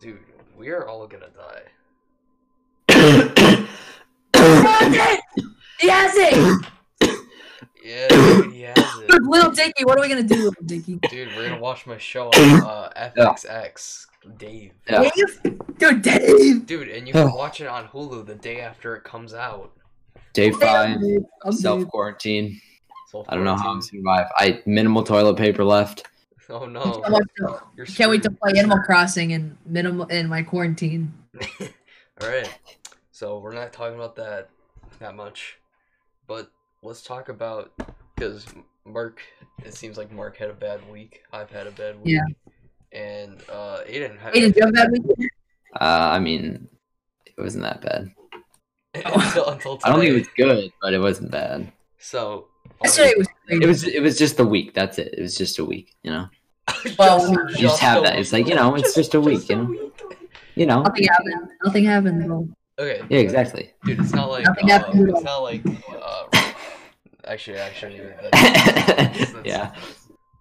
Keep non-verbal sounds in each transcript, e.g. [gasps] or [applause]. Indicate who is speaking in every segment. Speaker 1: Dude, we are all gonna die.
Speaker 2: That's
Speaker 3: Good
Speaker 2: it! He has it!
Speaker 1: Yeah, dude, he has it.
Speaker 2: Little Dicky, what are we gonna do, Little Dicky?
Speaker 1: Dude, we're gonna watch my show on uh, FXX, Dave.
Speaker 3: Yeah.
Speaker 2: Dave? Dude, Dave!
Speaker 1: Dude, and you
Speaker 3: [sighs]
Speaker 1: can watch it on Hulu the day after it comes out.
Speaker 3: Day
Speaker 2: Damn,
Speaker 3: five,
Speaker 2: dude. I'm
Speaker 3: self
Speaker 2: Dave.
Speaker 3: quarantine.
Speaker 1: So
Speaker 3: I don't know how I'm
Speaker 1: quarantine-
Speaker 3: survive. I minimal toilet paper left.
Speaker 1: Oh
Speaker 2: I
Speaker 1: no.
Speaker 2: can't wait to-
Speaker 1: You're
Speaker 2: Can't wait to
Speaker 1: screwed.
Speaker 2: play Animal Crossing in minimal in my quarantine.
Speaker 1: [laughs] All right. So we're not talking about that that much, but let's talk about because Mark. It seems like Mark had a bad week. I've had a bad week.
Speaker 2: Yeah.
Speaker 1: And uh, Aiden had [laughs]
Speaker 2: Hey, did you have that week?
Speaker 3: Uh, I mean, it wasn't that bad.
Speaker 1: until, until today.
Speaker 3: I don't think it was good, but it wasn't bad.
Speaker 1: So
Speaker 2: Yesterday was
Speaker 3: It was it was just the week. That's it. It was just a week. You know,
Speaker 1: [laughs]
Speaker 2: well, you
Speaker 3: you just have that. It's like you know, it's just a week. You know, you know.
Speaker 2: nothing happened. Nothing happened though.
Speaker 1: Okay.
Speaker 3: Yeah, exactly.
Speaker 1: Dude, it's not like
Speaker 2: Nothing
Speaker 1: uh,
Speaker 2: happened.
Speaker 1: it's not like uh, actually, actually,
Speaker 3: [laughs] yeah.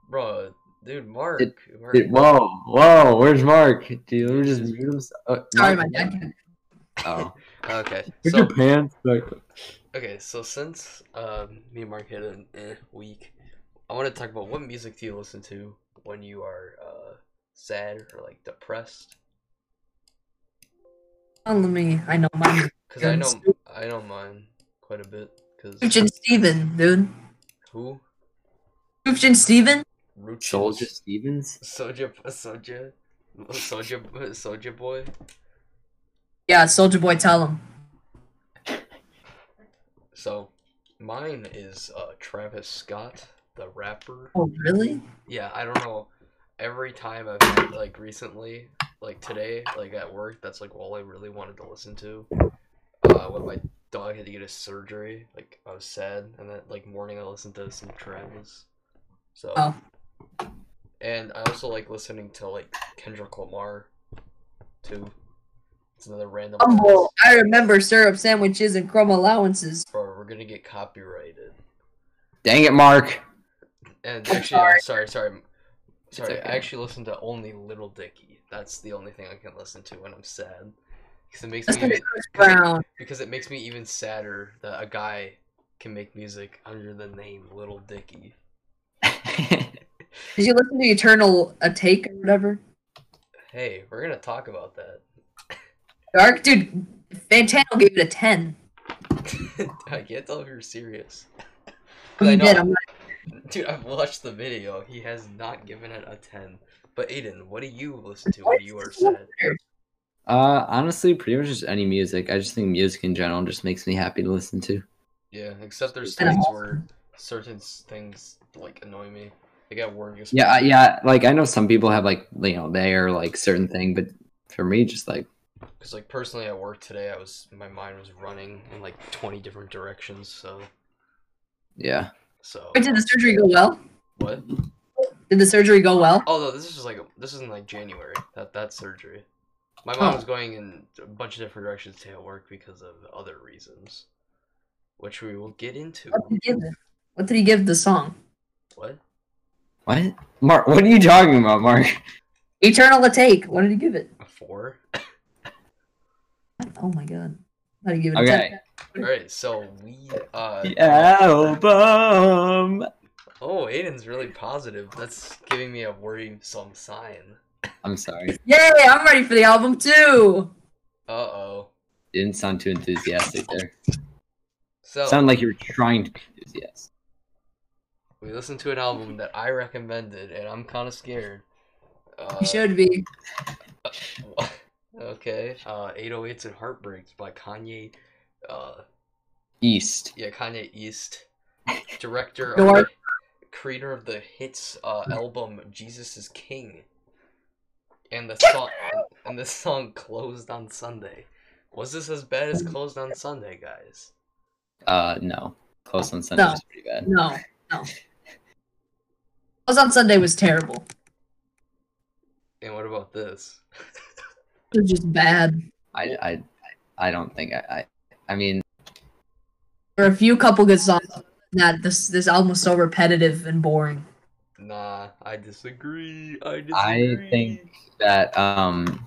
Speaker 1: bro, dude, Mark. Mark-
Speaker 3: Dude, whoa, whoa. Where's Mark? Dude, let me just mute him. Oh,
Speaker 2: Sorry, my
Speaker 3: Mark-
Speaker 2: dad.
Speaker 3: Oh.
Speaker 1: Okay.
Speaker 3: Put
Speaker 1: So
Speaker 3: your pants back.
Speaker 1: Okay, so since um, me and Mark had an eh week, I want to talk about what music do you listen to when you are uh, sad or like depressed?
Speaker 2: Oh, let me. I know mine.
Speaker 1: Because I know
Speaker 2: Guns.
Speaker 1: I know mine quite a bit. Because
Speaker 2: Rooch and Steven, dude.
Speaker 1: who?
Speaker 2: Rooch and Steven?
Speaker 1: Root
Speaker 3: Soldier Stevens.
Speaker 1: Soldier, Soldier, Soldier, Soldier Boy.
Speaker 2: Yeah, Soldier Boy, tell him.
Speaker 1: So mine is uh, Travis Scott, the rapper.
Speaker 2: Oh, really?
Speaker 1: Yeah, I don't know. Every time I've had, like recently, like today, like at work, that's like all I really wanted to listen to. Uh, when my dog had to get a surgery, like I was sad, and that like morning I listened to some Travis. So.
Speaker 2: Oh.
Speaker 1: And I also like listening to like Kendrick Lamar, too. It's another random.
Speaker 2: Humble.
Speaker 1: artist.
Speaker 2: I remember syrup sandwiches and crumb allowances.
Speaker 1: Bro, we're gonna get copyrighted.
Speaker 3: Dang it, Mark. [laughs]
Speaker 1: And
Speaker 2: I'm
Speaker 1: actually, I'm sorry, sorry, sorry.
Speaker 3: okay.
Speaker 1: I actually listen to only Little Dicky. That's the only thing I can listen to when I'm sad, because it makes me
Speaker 2: Listen to
Speaker 1: even,
Speaker 2: Chris Brown.
Speaker 1: because it makes me even sadder that a guy can make music under the name Little Dicky.
Speaker 2: Did you listen to Eternal A Take or whatever?
Speaker 1: Hey, we're gonna talk about that. [laughs]
Speaker 2: Dark? Dude, Fantano gave it a 10.
Speaker 1: I can't tell if you're serious. 'Cause I
Speaker 2: I'm dead.
Speaker 1: know,
Speaker 2: I'm not,
Speaker 1: dude. I've watched the video. He has not given it a ten. But Aiden, what do you listen to when you are sad?
Speaker 3: Uh, honestly, pretty much just any music. I just think music in general just makes me happy to listen to.
Speaker 1: Yeah, except there's
Speaker 2: And I'm
Speaker 1: things where certain s- things like annoy me. Like at work, it's-
Speaker 3: Yeah, I- yeah. Like I know some people have like you know they are like certain thing, but for me, just like
Speaker 1: Because like personally at work today, I was my mind was running in like 20 different directions. So
Speaker 3: yeah,
Speaker 1: so
Speaker 2: Wait, did the surgery go well?
Speaker 1: what?
Speaker 2: Did the surgery go well?
Speaker 1: Although this is just like this is in like January that that surgery. My mom
Speaker 2: Oh.
Speaker 1: was going in a bunch of different directions today at work because of other reasons, which we will get into.
Speaker 2: What did he give it? What did he give the song?
Speaker 1: What?
Speaker 3: what? Mark, what are you talking about, Mark?
Speaker 2: Eternal A Take. What did he give it?
Speaker 1: A four?
Speaker 2: Oh my god. How do you give it a
Speaker 3: Okay,
Speaker 2: 10?
Speaker 1: All right. So we uh.
Speaker 3: [laughs] the album.
Speaker 1: Oh, Aiden's really positive. That's giving me a worrisome sign.
Speaker 3: I'm sorry,
Speaker 2: Yay, I'm ready for the album too.
Speaker 1: Uh oh.
Speaker 3: didn't sound too enthusiastic there.
Speaker 1: So
Speaker 3: Sounded like you were trying to be enthusiastic.
Speaker 1: we listened to an album that I recommended, and I'm kind of scared. Uh,
Speaker 2: You should be.
Speaker 1: [laughs] okay. Uh, 808s and Heartbreaks by Kanye. Uh,
Speaker 3: East.
Speaker 1: yeah, Kanye
Speaker 2: [laughs]
Speaker 1: East, director of,
Speaker 2: Door.
Speaker 1: the- creator of the hits
Speaker 2: [laughs]
Speaker 1: uh, album "Jesus Is King," and the song and the song "Closed on Sunday." Was this as bad as "Closed on Sunday," guys?
Speaker 3: Uh, no, close on Sunday
Speaker 2: No.
Speaker 3: was pretty bad.
Speaker 2: No, no. Was on Sunday was terrible.
Speaker 1: And what about this?
Speaker 2: It was just bad.
Speaker 3: I, I, I don't think I. I, I mean,
Speaker 2: There were a few couple good songs. That this this album was so repetitive and boring.
Speaker 1: Nah, I disagree. I disagree.
Speaker 3: I think that um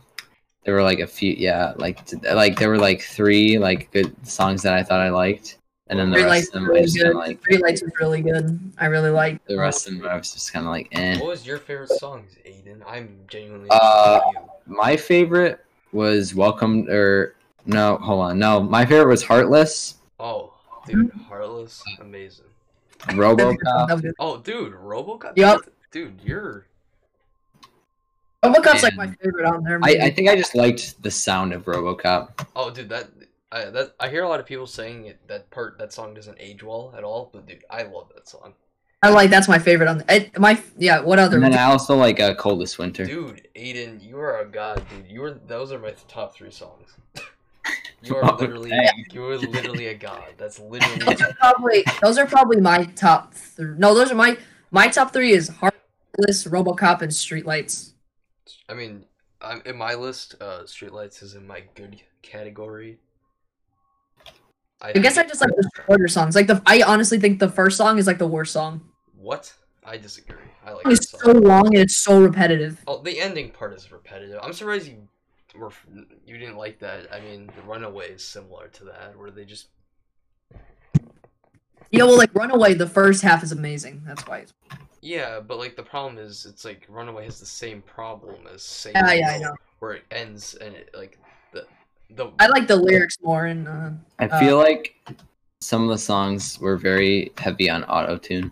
Speaker 3: there were like a few, yeah, like t- like there were like three like good songs that I thought I liked, and then the
Speaker 2: Three
Speaker 3: rest
Speaker 2: Lights
Speaker 3: of
Speaker 2: was
Speaker 3: them I
Speaker 2: really
Speaker 3: just kind of
Speaker 2: good.
Speaker 3: like
Speaker 2: Three Lights was really good. I really like
Speaker 3: the rest of them I was just kind of like eh.
Speaker 1: What was your favorite songs, Aiden? I'm genuinely
Speaker 3: Uh,
Speaker 1: interested in you.
Speaker 3: My favorite was Welcome or no, hold on, no, my favorite was Heartless,
Speaker 1: Oh, dude, Heartless, amazing.
Speaker 2: [laughs]
Speaker 3: RoboCop.
Speaker 1: Oh, dude, RoboCop.
Speaker 2: Yup.
Speaker 1: Dude, you're
Speaker 2: RoboCop's like my
Speaker 3: And
Speaker 2: favorite on there.
Speaker 3: I, I think I just liked the sound of RoboCop.
Speaker 1: Oh, dude, that I that I hear a lot of people saying it, that part that song doesn't age well at all, but dude, I love that song.
Speaker 2: I like that's my favorite on the, it, my yeah. What other?
Speaker 3: And then
Speaker 2: one?
Speaker 3: I also like uh, Coldest Winter.
Speaker 1: Dude, Aiden, you are a god, dude. You are those are my top three songs. [laughs] You are
Speaker 3: Oh,
Speaker 1: literally you are literally a god. That's literally
Speaker 2: Those are probably those are probably my top three. No, those are my my top three is Heartless, RoboCop, and Streetlights.
Speaker 1: I mean, I'm in my list, uh Streetlights is in my good category.
Speaker 2: I guess I just like the shorter songs. Like the I honestly think the first song is like the worst song.
Speaker 1: what? I disagree. I like that
Speaker 2: It's
Speaker 1: song.
Speaker 2: so long and it's so repetitive.
Speaker 1: Oh, the ending part is repetitive. I'm surprised you were you didn't like that. I mean, the Runaway is similar to that, where they just
Speaker 2: You know, well, like Runaway, the first half is amazing. That's why. It's,
Speaker 1: yeah, but like the problem is, it's like Runaway has the same problem as Same
Speaker 2: yeah, yeah, I
Speaker 1: Road,
Speaker 2: know.
Speaker 1: where it ends and it like the the
Speaker 2: I like the lyrics more, and uh,
Speaker 3: I feel like some of the songs were very heavy on auto tune.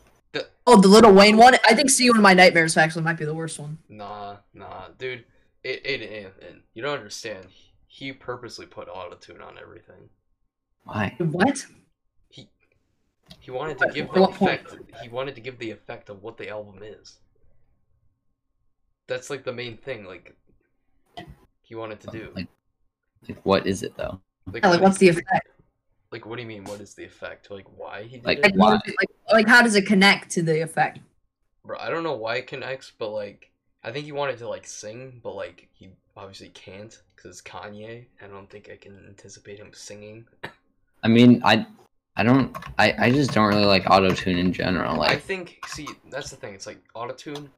Speaker 2: oh, the Little Wayne one. I think "See You in My Nightmares" actually might be the worst one.
Speaker 1: nah nah dude it it, it, it- you don't understand. He purposely put autotune on everything.
Speaker 3: Why?
Speaker 2: What?
Speaker 1: He wanted to give
Speaker 2: At [laughs]
Speaker 1: the
Speaker 2: what point?
Speaker 1: effect. He wanted to give the effect of what the album is. That's like the main thing. Like he wanted to do.
Speaker 3: Like, like, what is it though?
Speaker 1: Like,
Speaker 2: Yeah, like
Speaker 1: what-
Speaker 2: what's the effect?
Speaker 1: like, what do you mean? What is the effect? Like why he did
Speaker 3: Like,
Speaker 1: it?
Speaker 2: Like,
Speaker 3: Why?
Speaker 2: like, like, how does it connect to the effect?
Speaker 1: Bro, I don't know why it connects, but like I think he wanted to like sing, but like he obviously can't because it's Kanye. I don't think I can anticipate him singing.
Speaker 3: I mean, I, I don't, I, I just don't really like auto tune in general.
Speaker 1: I
Speaker 3: Like,
Speaker 1: think see that's the thing. It's like autotune.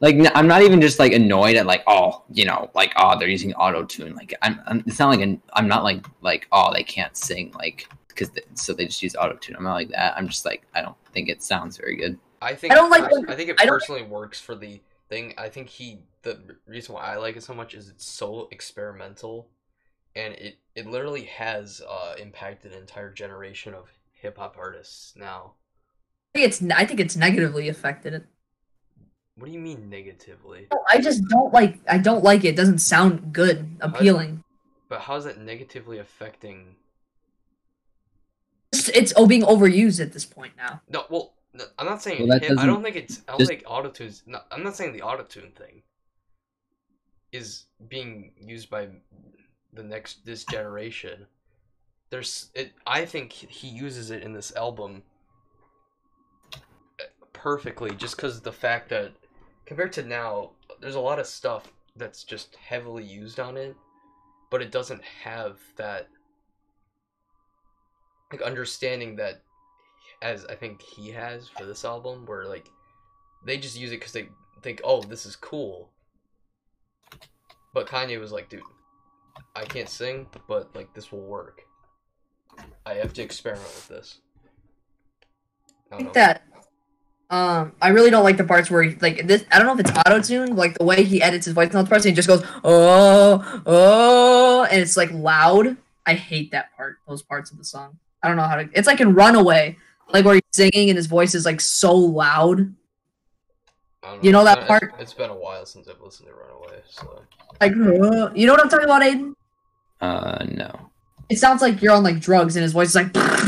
Speaker 3: like n- I'm not even just like annoyed at like, oh, you know, like oh, they're using auto tune. Like, I'm, I'm, it's not like an, I'm not like like oh, they can't sing like because so they just use auto tune. I'm not like that. I'm just like I don't think it sounds very good.
Speaker 1: I think
Speaker 2: don't like
Speaker 1: pers-
Speaker 2: the-
Speaker 1: I think it
Speaker 2: I don't-
Speaker 1: personally works for the thing. I think he the r- reason why I like it so much is it's so experimental, and it it literally has uh, impacted an entire generation of hip hop artists now.
Speaker 2: I think it's I think it's negatively affected it.
Speaker 1: What do you mean negatively?
Speaker 2: I just don't like I don't like it. It doesn't sound good, appealing.
Speaker 1: But how's that negatively affecting?
Speaker 2: It's, it's oh being overused at this point now.
Speaker 1: No, well, no, I'm not saying
Speaker 3: Well, that
Speaker 1: hip- I don't
Speaker 3: doesn't-
Speaker 1: think it's. I don't
Speaker 3: just-
Speaker 1: think autotune's. No, I'm not saying the autotune thing is being used by the next this generation. There's it. I think he uses it in this album uh, perfectly, just because the fact that compared to now, there's a lot of stuff that's just heavily used on it, but it doesn't have that like understanding that as I think he has for this album, where like they just use it because they think, oh, this is cool. But Kanye was like, dude, I can't sing, but like this will work. I have to experiment with this.
Speaker 2: I
Speaker 1: I
Speaker 2: think
Speaker 1: don't know.
Speaker 2: that um I really don't like the parts where he like this I don't know if it's auto tuned, like the way he edits his voice notes parts and he just goes, oh, oh and it's like loud. I hate that part, those parts of the song. I don't know how to it's like in Runaway, like where he's singing and his voice is like so loud.
Speaker 1: I don't
Speaker 2: you know that
Speaker 1: It's-
Speaker 2: part-
Speaker 1: It's been a while since I've listened to Runaway, so
Speaker 2: Like "Oh," you know what I'm talking about, Aiden?
Speaker 3: Uh, no.
Speaker 2: It sounds like you're on like drugs and his voice is like That's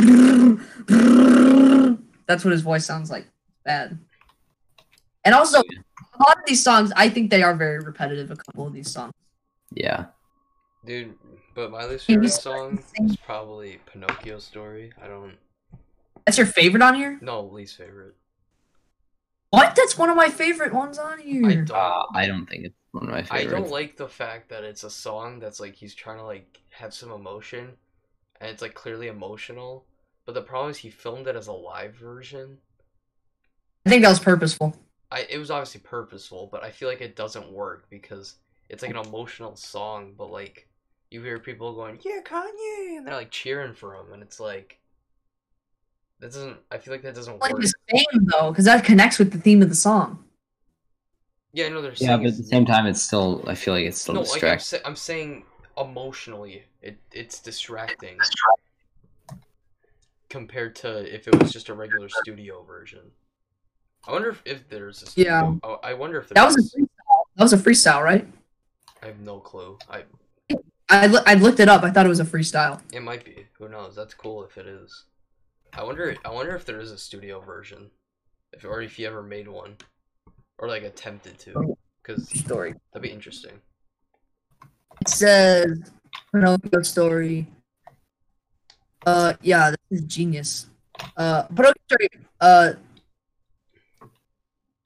Speaker 2: what his voice sounds like. Bad. And also a lot of these songs, I think they are very repetitive, a couple of these songs.
Speaker 3: Yeah.
Speaker 1: dude. But my least
Speaker 2: Can you
Speaker 1: favorite
Speaker 2: start
Speaker 1: song
Speaker 2: singing?
Speaker 1: is probably Pinocchio Story. I don't
Speaker 2: That's your favorite on here?
Speaker 1: no least favorite.
Speaker 2: What? That's one of my favorite ones on
Speaker 1: I
Speaker 2: here.
Speaker 1: don't.
Speaker 3: Uh, I don't think it's one of my
Speaker 1: I
Speaker 3: favorites.
Speaker 1: don't like the fact that it's a song that's like he's trying to like have some emotion, and it's like clearly emotional. But the problem is he filmed it as a live version.
Speaker 2: I think that was purposeful.
Speaker 1: I it was obviously purposeful, but I feel like it doesn't work because it's like an emotional song, but like you hear people going, "Yeah, Kanye," and they're like cheering for him, and it's like that doesn't. I feel like that doesn't
Speaker 2: Like
Speaker 1: work.
Speaker 2: his fame though, because that connects with the theme of the song.
Speaker 1: Yeah, I know they're
Speaker 3: Yeah,
Speaker 1: saying.
Speaker 3: but at the same time, it's still. I feel like it's still
Speaker 1: no, like I'm,
Speaker 3: distracting.
Speaker 1: sa- I'm saying emotionally, it it's distracting compared to if it was just a regular studio version. I wonder if, if there's a
Speaker 2: Yeah.
Speaker 1: studio- I I wonder if
Speaker 2: That
Speaker 1: there's.
Speaker 2: was a freestyle. That was a freestyle, right?
Speaker 1: I have no clue. I
Speaker 2: I loo- I looked it up. I thought it was a freestyle.
Speaker 1: it might be. Who knows? That's cool if it is. I wonder. I wonder if there is a studio version, if or if you ever made one, or like attempted to, because
Speaker 2: Story.
Speaker 1: that'd be interesting.
Speaker 2: It says Pinocchio story. Uh, yeah, this is genius. Uh, Pinocchio story. Uh,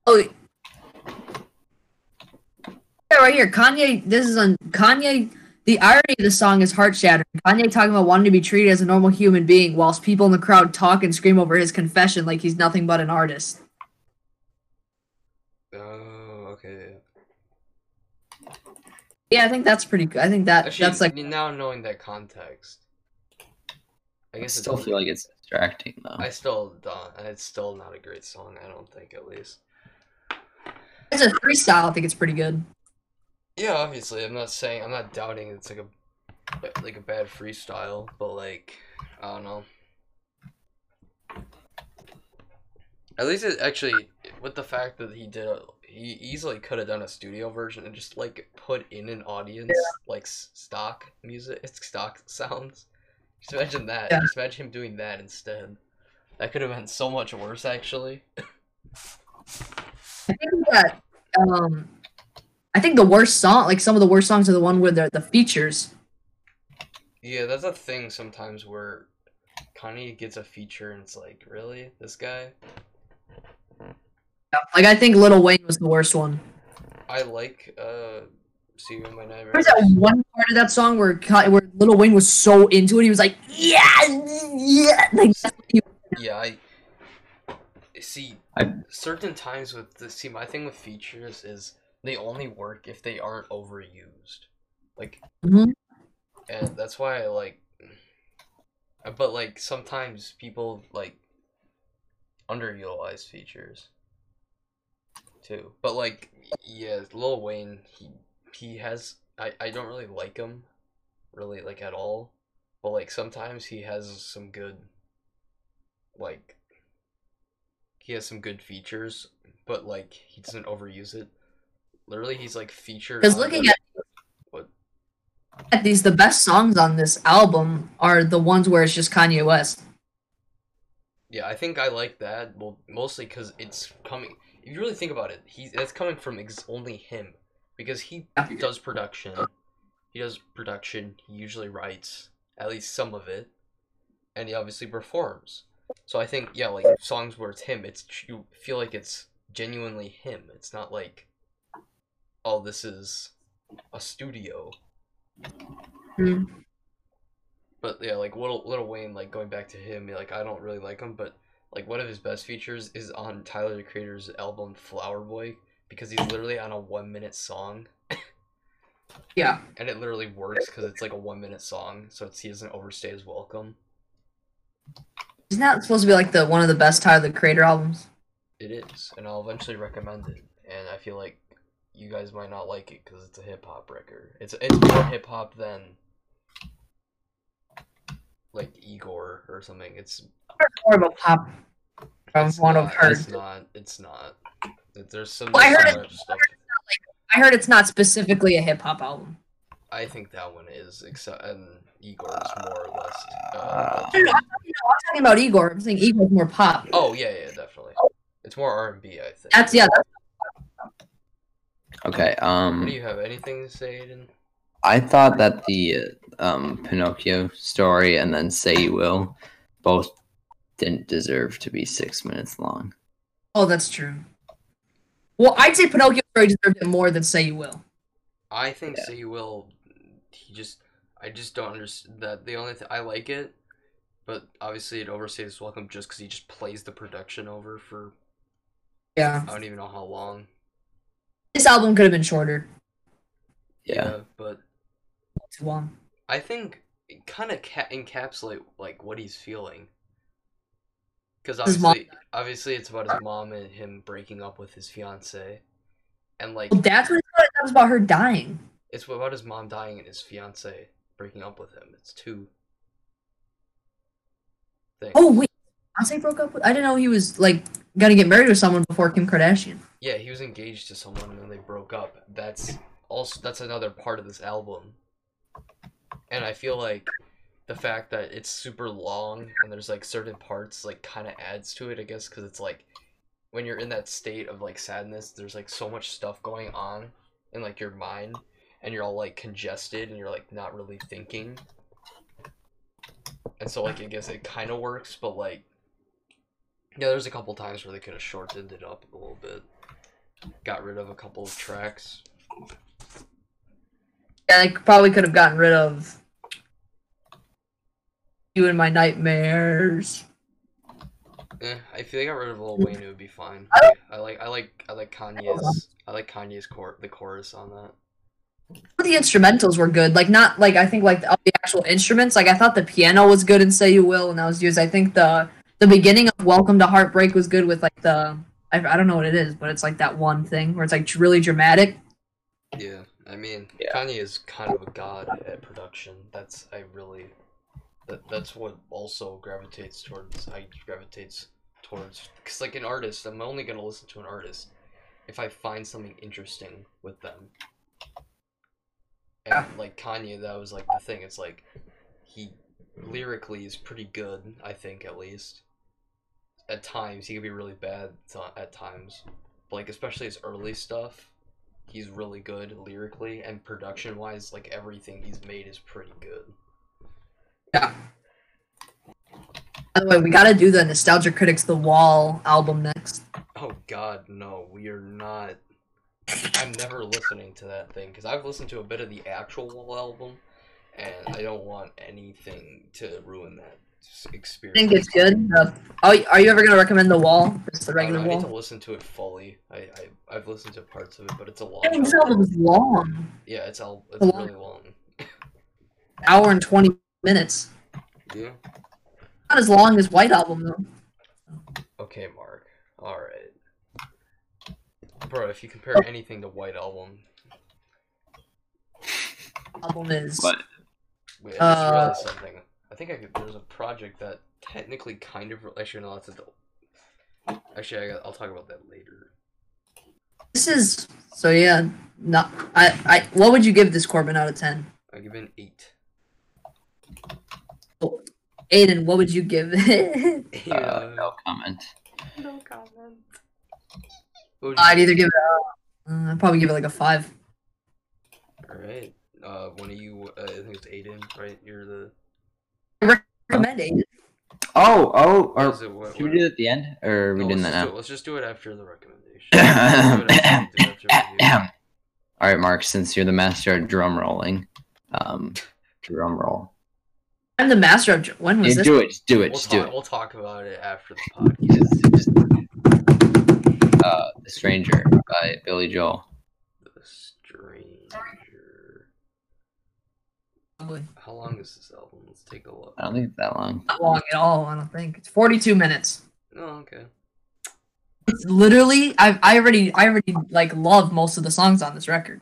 Speaker 2: oh, wait. yeah, right here. Kanye. This is on Kanye. The irony of the song is heart shattering. Kanye talking about wanting to be treated as a normal human being, whilst people in the crowd talk and scream over his confession like he's nothing but an artist.
Speaker 1: Oh, okay.
Speaker 2: Yeah, I think that's pretty good. I think that
Speaker 1: Actually,
Speaker 2: that's like
Speaker 1: now knowing that context, I
Speaker 3: I
Speaker 1: guess
Speaker 3: still feel like it's distracting though.
Speaker 1: I still don't. It's still not a great song. I don't think, at least.
Speaker 2: as a freestyle. I think it's pretty good.
Speaker 1: Yeah, obviously, I'm not saying I'm not doubting it's like a like a bad freestyle, but like I don't know. At least it actually with the fact that he did a, he easily could have done a studio version and just like put in an audience like s- stock music, [laughs] it's stock sounds. Just imagine that.
Speaker 2: Yeah.
Speaker 1: Just imagine him doing that instead. That could have been so much worse actually.
Speaker 2: I think that um, I think the worst song, like some of the worst songs, are the one where the the features.
Speaker 1: Yeah, that's a thing sometimes where Kanye gets a feature and it's like, really? This guy?
Speaker 2: Like I think Little Wayne was the worst one.
Speaker 1: I like uh See You in My Nightmares.
Speaker 2: There's that one part of that song where Ka- where Little Wayne was so into it, he was like, yeah, yeah, like that's what he-
Speaker 1: Yeah, I see
Speaker 3: I-
Speaker 1: certain times with the see my thing with features is they only work if they aren't overused. Like
Speaker 2: Mhm.
Speaker 1: and that's why I like but like sometimes people like underutilize features too. But like yeah, Lil Wayne he he has I, I don't really like him really like at all. But like sometimes he has some good like he has some good features, but like he doesn't overuse it. Literally he's like featured
Speaker 2: Because
Speaker 1: on
Speaker 2: looking
Speaker 1: the-
Speaker 2: at
Speaker 1: What?
Speaker 2: at these, the best songs on this album are the ones where it's just Kanye West.
Speaker 1: Yeah, I think I like that. Well, mostly because it's coming. If you really think about it, he's that's coming from ex- only him because he
Speaker 2: Yeah.
Speaker 1: does production. He does production. He usually writes at least some of it, and he obviously performs. So I think yeah, like songs where it's him, it's tr- you feel like it's genuinely him. It's not like, oh, this is a studio.
Speaker 2: Hmm.
Speaker 1: But yeah, like little little Wayne, like going back to him, like I don't really like him, but like one of his best features is on Tyler the Creator's album Flower Boy because he's literally on a one minute song
Speaker 2: Yeah,
Speaker 1: and it literally works because it's like a one minute song, so it's, he doesn't overstay his welcome.
Speaker 2: isn't that supposed to be like the one of the best Tyler the Creator albums?
Speaker 1: It is, and I'll eventually recommend it. And I feel like you guys might not like it because it's a hip hop record. It's it's more hip hop than like Igor or something. It's
Speaker 2: More of a pop. From
Speaker 1: it's
Speaker 2: what I've
Speaker 1: not,
Speaker 2: heard.
Speaker 1: It's not. It's not. It- There's some.
Speaker 2: Well, I
Speaker 1: there's
Speaker 2: heard
Speaker 1: some
Speaker 2: it-
Speaker 1: other stuff.
Speaker 2: I heard it's not specifically a hip hop album.
Speaker 1: I think that one is, except and Igor is more or less.
Speaker 3: Uh,
Speaker 1: Uh,
Speaker 2: No, no, I'm, talking, no, I'm talking about Igor. I'm saying Igor's more pop.
Speaker 1: oh yeah, yeah, definitely. It's more R and B, I think.
Speaker 2: That's yeah. That's,
Speaker 3: Okay.
Speaker 1: What
Speaker 3: Um,
Speaker 1: do you have anything to say, Aiden?
Speaker 3: I thought that the uh, um Pinocchio story and then Say You Will both didn't deserve to be six minutes long.
Speaker 2: oh, that's true. Well, I'd say Pinocchio Story deserved it more than Say You Will.
Speaker 1: I think
Speaker 3: Yeah.
Speaker 1: so. You will. He just. I just don't understand that. The only thing I like it, but obviously it overstays its welcome just because he just plays the production over for
Speaker 2: Yeah.
Speaker 1: I don't even know how long.
Speaker 2: This album could have been shorter.
Speaker 3: Yeah.
Speaker 1: but
Speaker 2: Too long.
Speaker 1: I think it kind of ca- encapsulate like what he's feeling. Because
Speaker 2: His mom-
Speaker 1: obviously, obviously, it's about his mom and him breaking up with his fiance, and like
Speaker 2: Well, that's what it's about. That was about her dying.
Speaker 1: it's about his mom dying and his fiance breaking up with him. It's two things.
Speaker 2: Oh wait, Beyonce broke up with. I didn't know he was like gonna get married to someone before Kim Kardashian.
Speaker 1: Yeah, he was engaged to someone and then they broke up. That's also that's another part of this album. And I feel like the fact that it's super long and there's like certain parts like kind of adds to it, I guess, cuz it's like when you're in that state of like sadness, there's like so much stuff going on in like your mind and you're all like congested and you're like not really thinking. And so like I guess it kind of works, but like yeah, there's a couple times where they could have shortened it up a little bit got rid of a couple of tracks.
Speaker 2: Yeah, they probably could have gotten rid of you and my nightmares.
Speaker 1: Eh, if they got rid of Lil Wayne, it would be fine. I, like, I like, I like Kanye's, I like Kanye's cor- the chorus on that.
Speaker 2: But the instrumentals were good. Like not like I think like all the actual instruments. Like I thought the piano was good in "Say You Will" and that was used. I think the the beginning of "Welcome to Heartbreak" was good with like the I, I don't know what it is, but it's like that one thing where it's like really dramatic.
Speaker 1: Yeah, I mean,
Speaker 3: Yeah.
Speaker 1: Kanye is kind of a god at production. That's I really, that that's what also gravitates towards. I gravitates towards because like an artist, I'm only gonna listen to an artist if I find something interesting with them. And like Kanye, that was like the thing. It's like he lyrically is pretty good. I think at least at times he could be really bad to- at times. But, like especially his early stuff he's really good lyrically and production wise like everything he's made is pretty good
Speaker 2: By the way, we gotta do the Nostalgia Critics The Wall album next.
Speaker 1: oh god no we are not i'm never listening to that thing because i've listened to a bit of the actual wall album and i don't want anything to ruin that s-
Speaker 2: I
Speaker 1: experience
Speaker 2: think it's good. Uh, are, you- are you ever gonna recommend The Wall? Just the
Speaker 1: I, don't know,
Speaker 2: regular
Speaker 1: I need to
Speaker 2: Wall?
Speaker 1: listen to it fully I, I i've listened to parts of it but it's a long
Speaker 2: I mean, this
Speaker 1: album.
Speaker 2: album's long.
Speaker 1: yeah it's all it's
Speaker 2: a long-
Speaker 1: really long
Speaker 2: An hour and 20 minutes.
Speaker 1: yeah
Speaker 2: Not as long as White Album, though.
Speaker 1: Okay, Mark. Alright. Bro, if you compare anything to White Album,
Speaker 2: Album is.
Speaker 3: But
Speaker 1: wait, I just
Speaker 2: Uh,
Speaker 1: realized something. I think I could, there's a project that technically kind of. Actually, no, that's adult. Actually, I got, I'll talk about that later.
Speaker 2: This is. So, yeah. Not, I, I, what would you give this Corbin out of 10?
Speaker 1: I give it an 8.
Speaker 2: Aiden, what would you give it? [laughs]
Speaker 1: Yeah.
Speaker 3: uh, no comment.
Speaker 1: no comment. What would you
Speaker 2: I'd
Speaker 1: give
Speaker 2: either give it a. Uh, I'd probably give it like a
Speaker 1: it?
Speaker 2: 5.
Speaker 1: Alright. Uh, one of you, uh, I think it's Aiden, right? You're the.
Speaker 2: Recommend Aiden.
Speaker 3: Oh, oh, or
Speaker 1: is it what?
Speaker 3: should we
Speaker 1: what-
Speaker 3: do that at the end, or are we
Speaker 1: No,
Speaker 3: doing
Speaker 1: let's, just
Speaker 3: that
Speaker 1: do it, let's just do it after the
Speaker 3: [coughs]
Speaker 1: recommendation. Let's do it after- do it after review.
Speaker 3: now? [clears throat] All right, Mark. Since you're the master at drum rolling, um, drum roll.
Speaker 2: I'm the master of. When was
Speaker 3: You
Speaker 2: this?
Speaker 3: do it. Just do
Speaker 1: We'll
Speaker 3: it. Just do
Speaker 1: talk,
Speaker 3: it.
Speaker 1: we'll talk about it
Speaker 3: [laughs]
Speaker 1: after the podcast.
Speaker 3: Just, just, uh, the Stranger by Billy Joel.
Speaker 1: The Stranger. How long is this album? Let's take a look.
Speaker 3: I don't think it's that long.
Speaker 2: Not long at all, I don't think. It's 42 minutes.
Speaker 1: Oh, okay.
Speaker 2: It's literally I I already I already like love most of the songs on this record.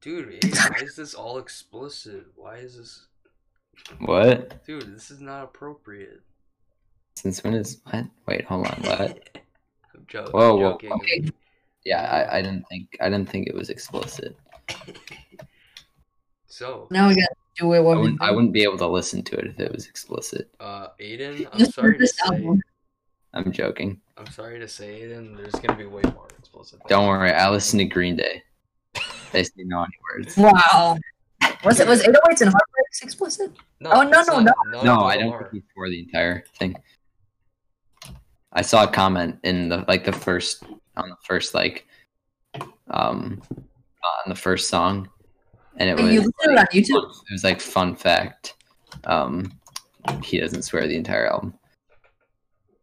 Speaker 1: Dude, it- why is this all explicit? Why is this.
Speaker 3: What?
Speaker 1: Dude, this is not appropriate.
Speaker 3: Since when is what? Wait, hold on. What?
Speaker 1: [laughs] I'm jo- I'm
Speaker 3: Whoa, whoa,
Speaker 1: joking.
Speaker 2: okay.
Speaker 3: Yeah, I, I didn't think I didn't think it was explicit.
Speaker 1: So,
Speaker 2: Now we gotta do it
Speaker 3: I
Speaker 2: what we
Speaker 3: wouldn't, I wouldn't be able to listen to it if it was explicit.
Speaker 1: uh, Aiden, I'm
Speaker 2: Just
Speaker 1: sorry to
Speaker 2: this
Speaker 1: say.
Speaker 2: album.
Speaker 3: I'm joking.
Speaker 1: I'm sorry to say, Aiden, there's gonna be way more explicit. things.
Speaker 3: Don't worry. I listen to Green Day. They say no any words.
Speaker 2: Wow. Was it was 808s and heartbreaks explicit?
Speaker 1: No,
Speaker 2: [laughs] Oh, no,
Speaker 1: it's
Speaker 2: no,
Speaker 1: not- none
Speaker 3: No,
Speaker 1: of
Speaker 3: I
Speaker 1: them
Speaker 3: don't
Speaker 1: are.
Speaker 3: think he's for the entire thing. I saw a comment in the like the first on the first like um on the first song, and it
Speaker 2: Like, you
Speaker 3: was
Speaker 2: looked at it on YouTube.
Speaker 3: it was like fun fact. Um, he doesn't swear the entire album.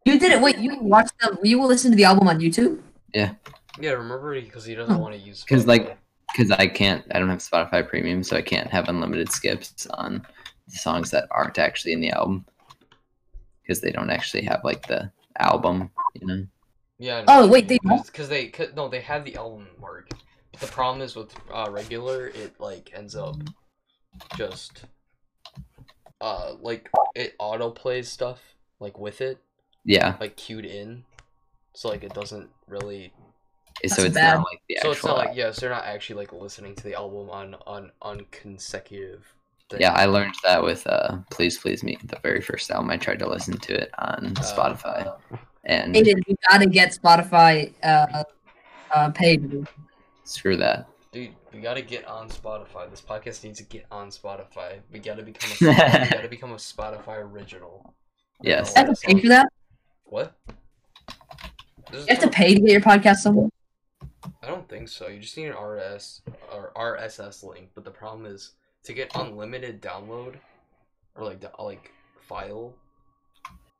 Speaker 2: You did it. Wait, you watched the you will listen to the album on YouTube?
Speaker 1: Yeah, remember because he doesn't want to use.
Speaker 3: 'Cause, like,
Speaker 1: Spotify.
Speaker 3: because I can't. I don't have Spotify Premium, so I can't have unlimited skips on the songs that aren't actually in the album because they don't actually have like the album. You know,
Speaker 1: Yeah.
Speaker 2: Oh, wait, they
Speaker 1: because they 'cause- no they have the album mark. But the problem is with uh, regular, it like ends up just uh like it auto plays stuff like with it
Speaker 3: yeah.
Speaker 1: like cued in, so like it doesn't really.
Speaker 3: so
Speaker 2: That's
Speaker 3: it's
Speaker 2: bad.
Speaker 3: not like the
Speaker 1: so
Speaker 3: actual. uh,
Speaker 1: it's not like yeah, so they're not actually like listening to the album on on on consecutive. thing.
Speaker 3: yeah, I learned that with uh, "Please Please Me," the very first album. I tried to listen to it on
Speaker 1: Uh,
Speaker 3: Spotify, and
Speaker 2: Aiden, you gotta get Spotify uh, uh, paid.
Speaker 3: screw that.
Speaker 1: Dude, we gotta get on Spotify. This podcast needs to get on Spotify. We gotta become
Speaker 3: [laughs]
Speaker 1: a Spotify, we gotta become a Spotify original.
Speaker 3: Yes,
Speaker 2: You have to pay for that?
Speaker 1: What? This is
Speaker 2: You have to
Speaker 1: not-
Speaker 2: pay to get your podcast somewhere?
Speaker 1: I don't think so. You just need an RS or RSS link. But the problem is to get unlimited download or like the, like file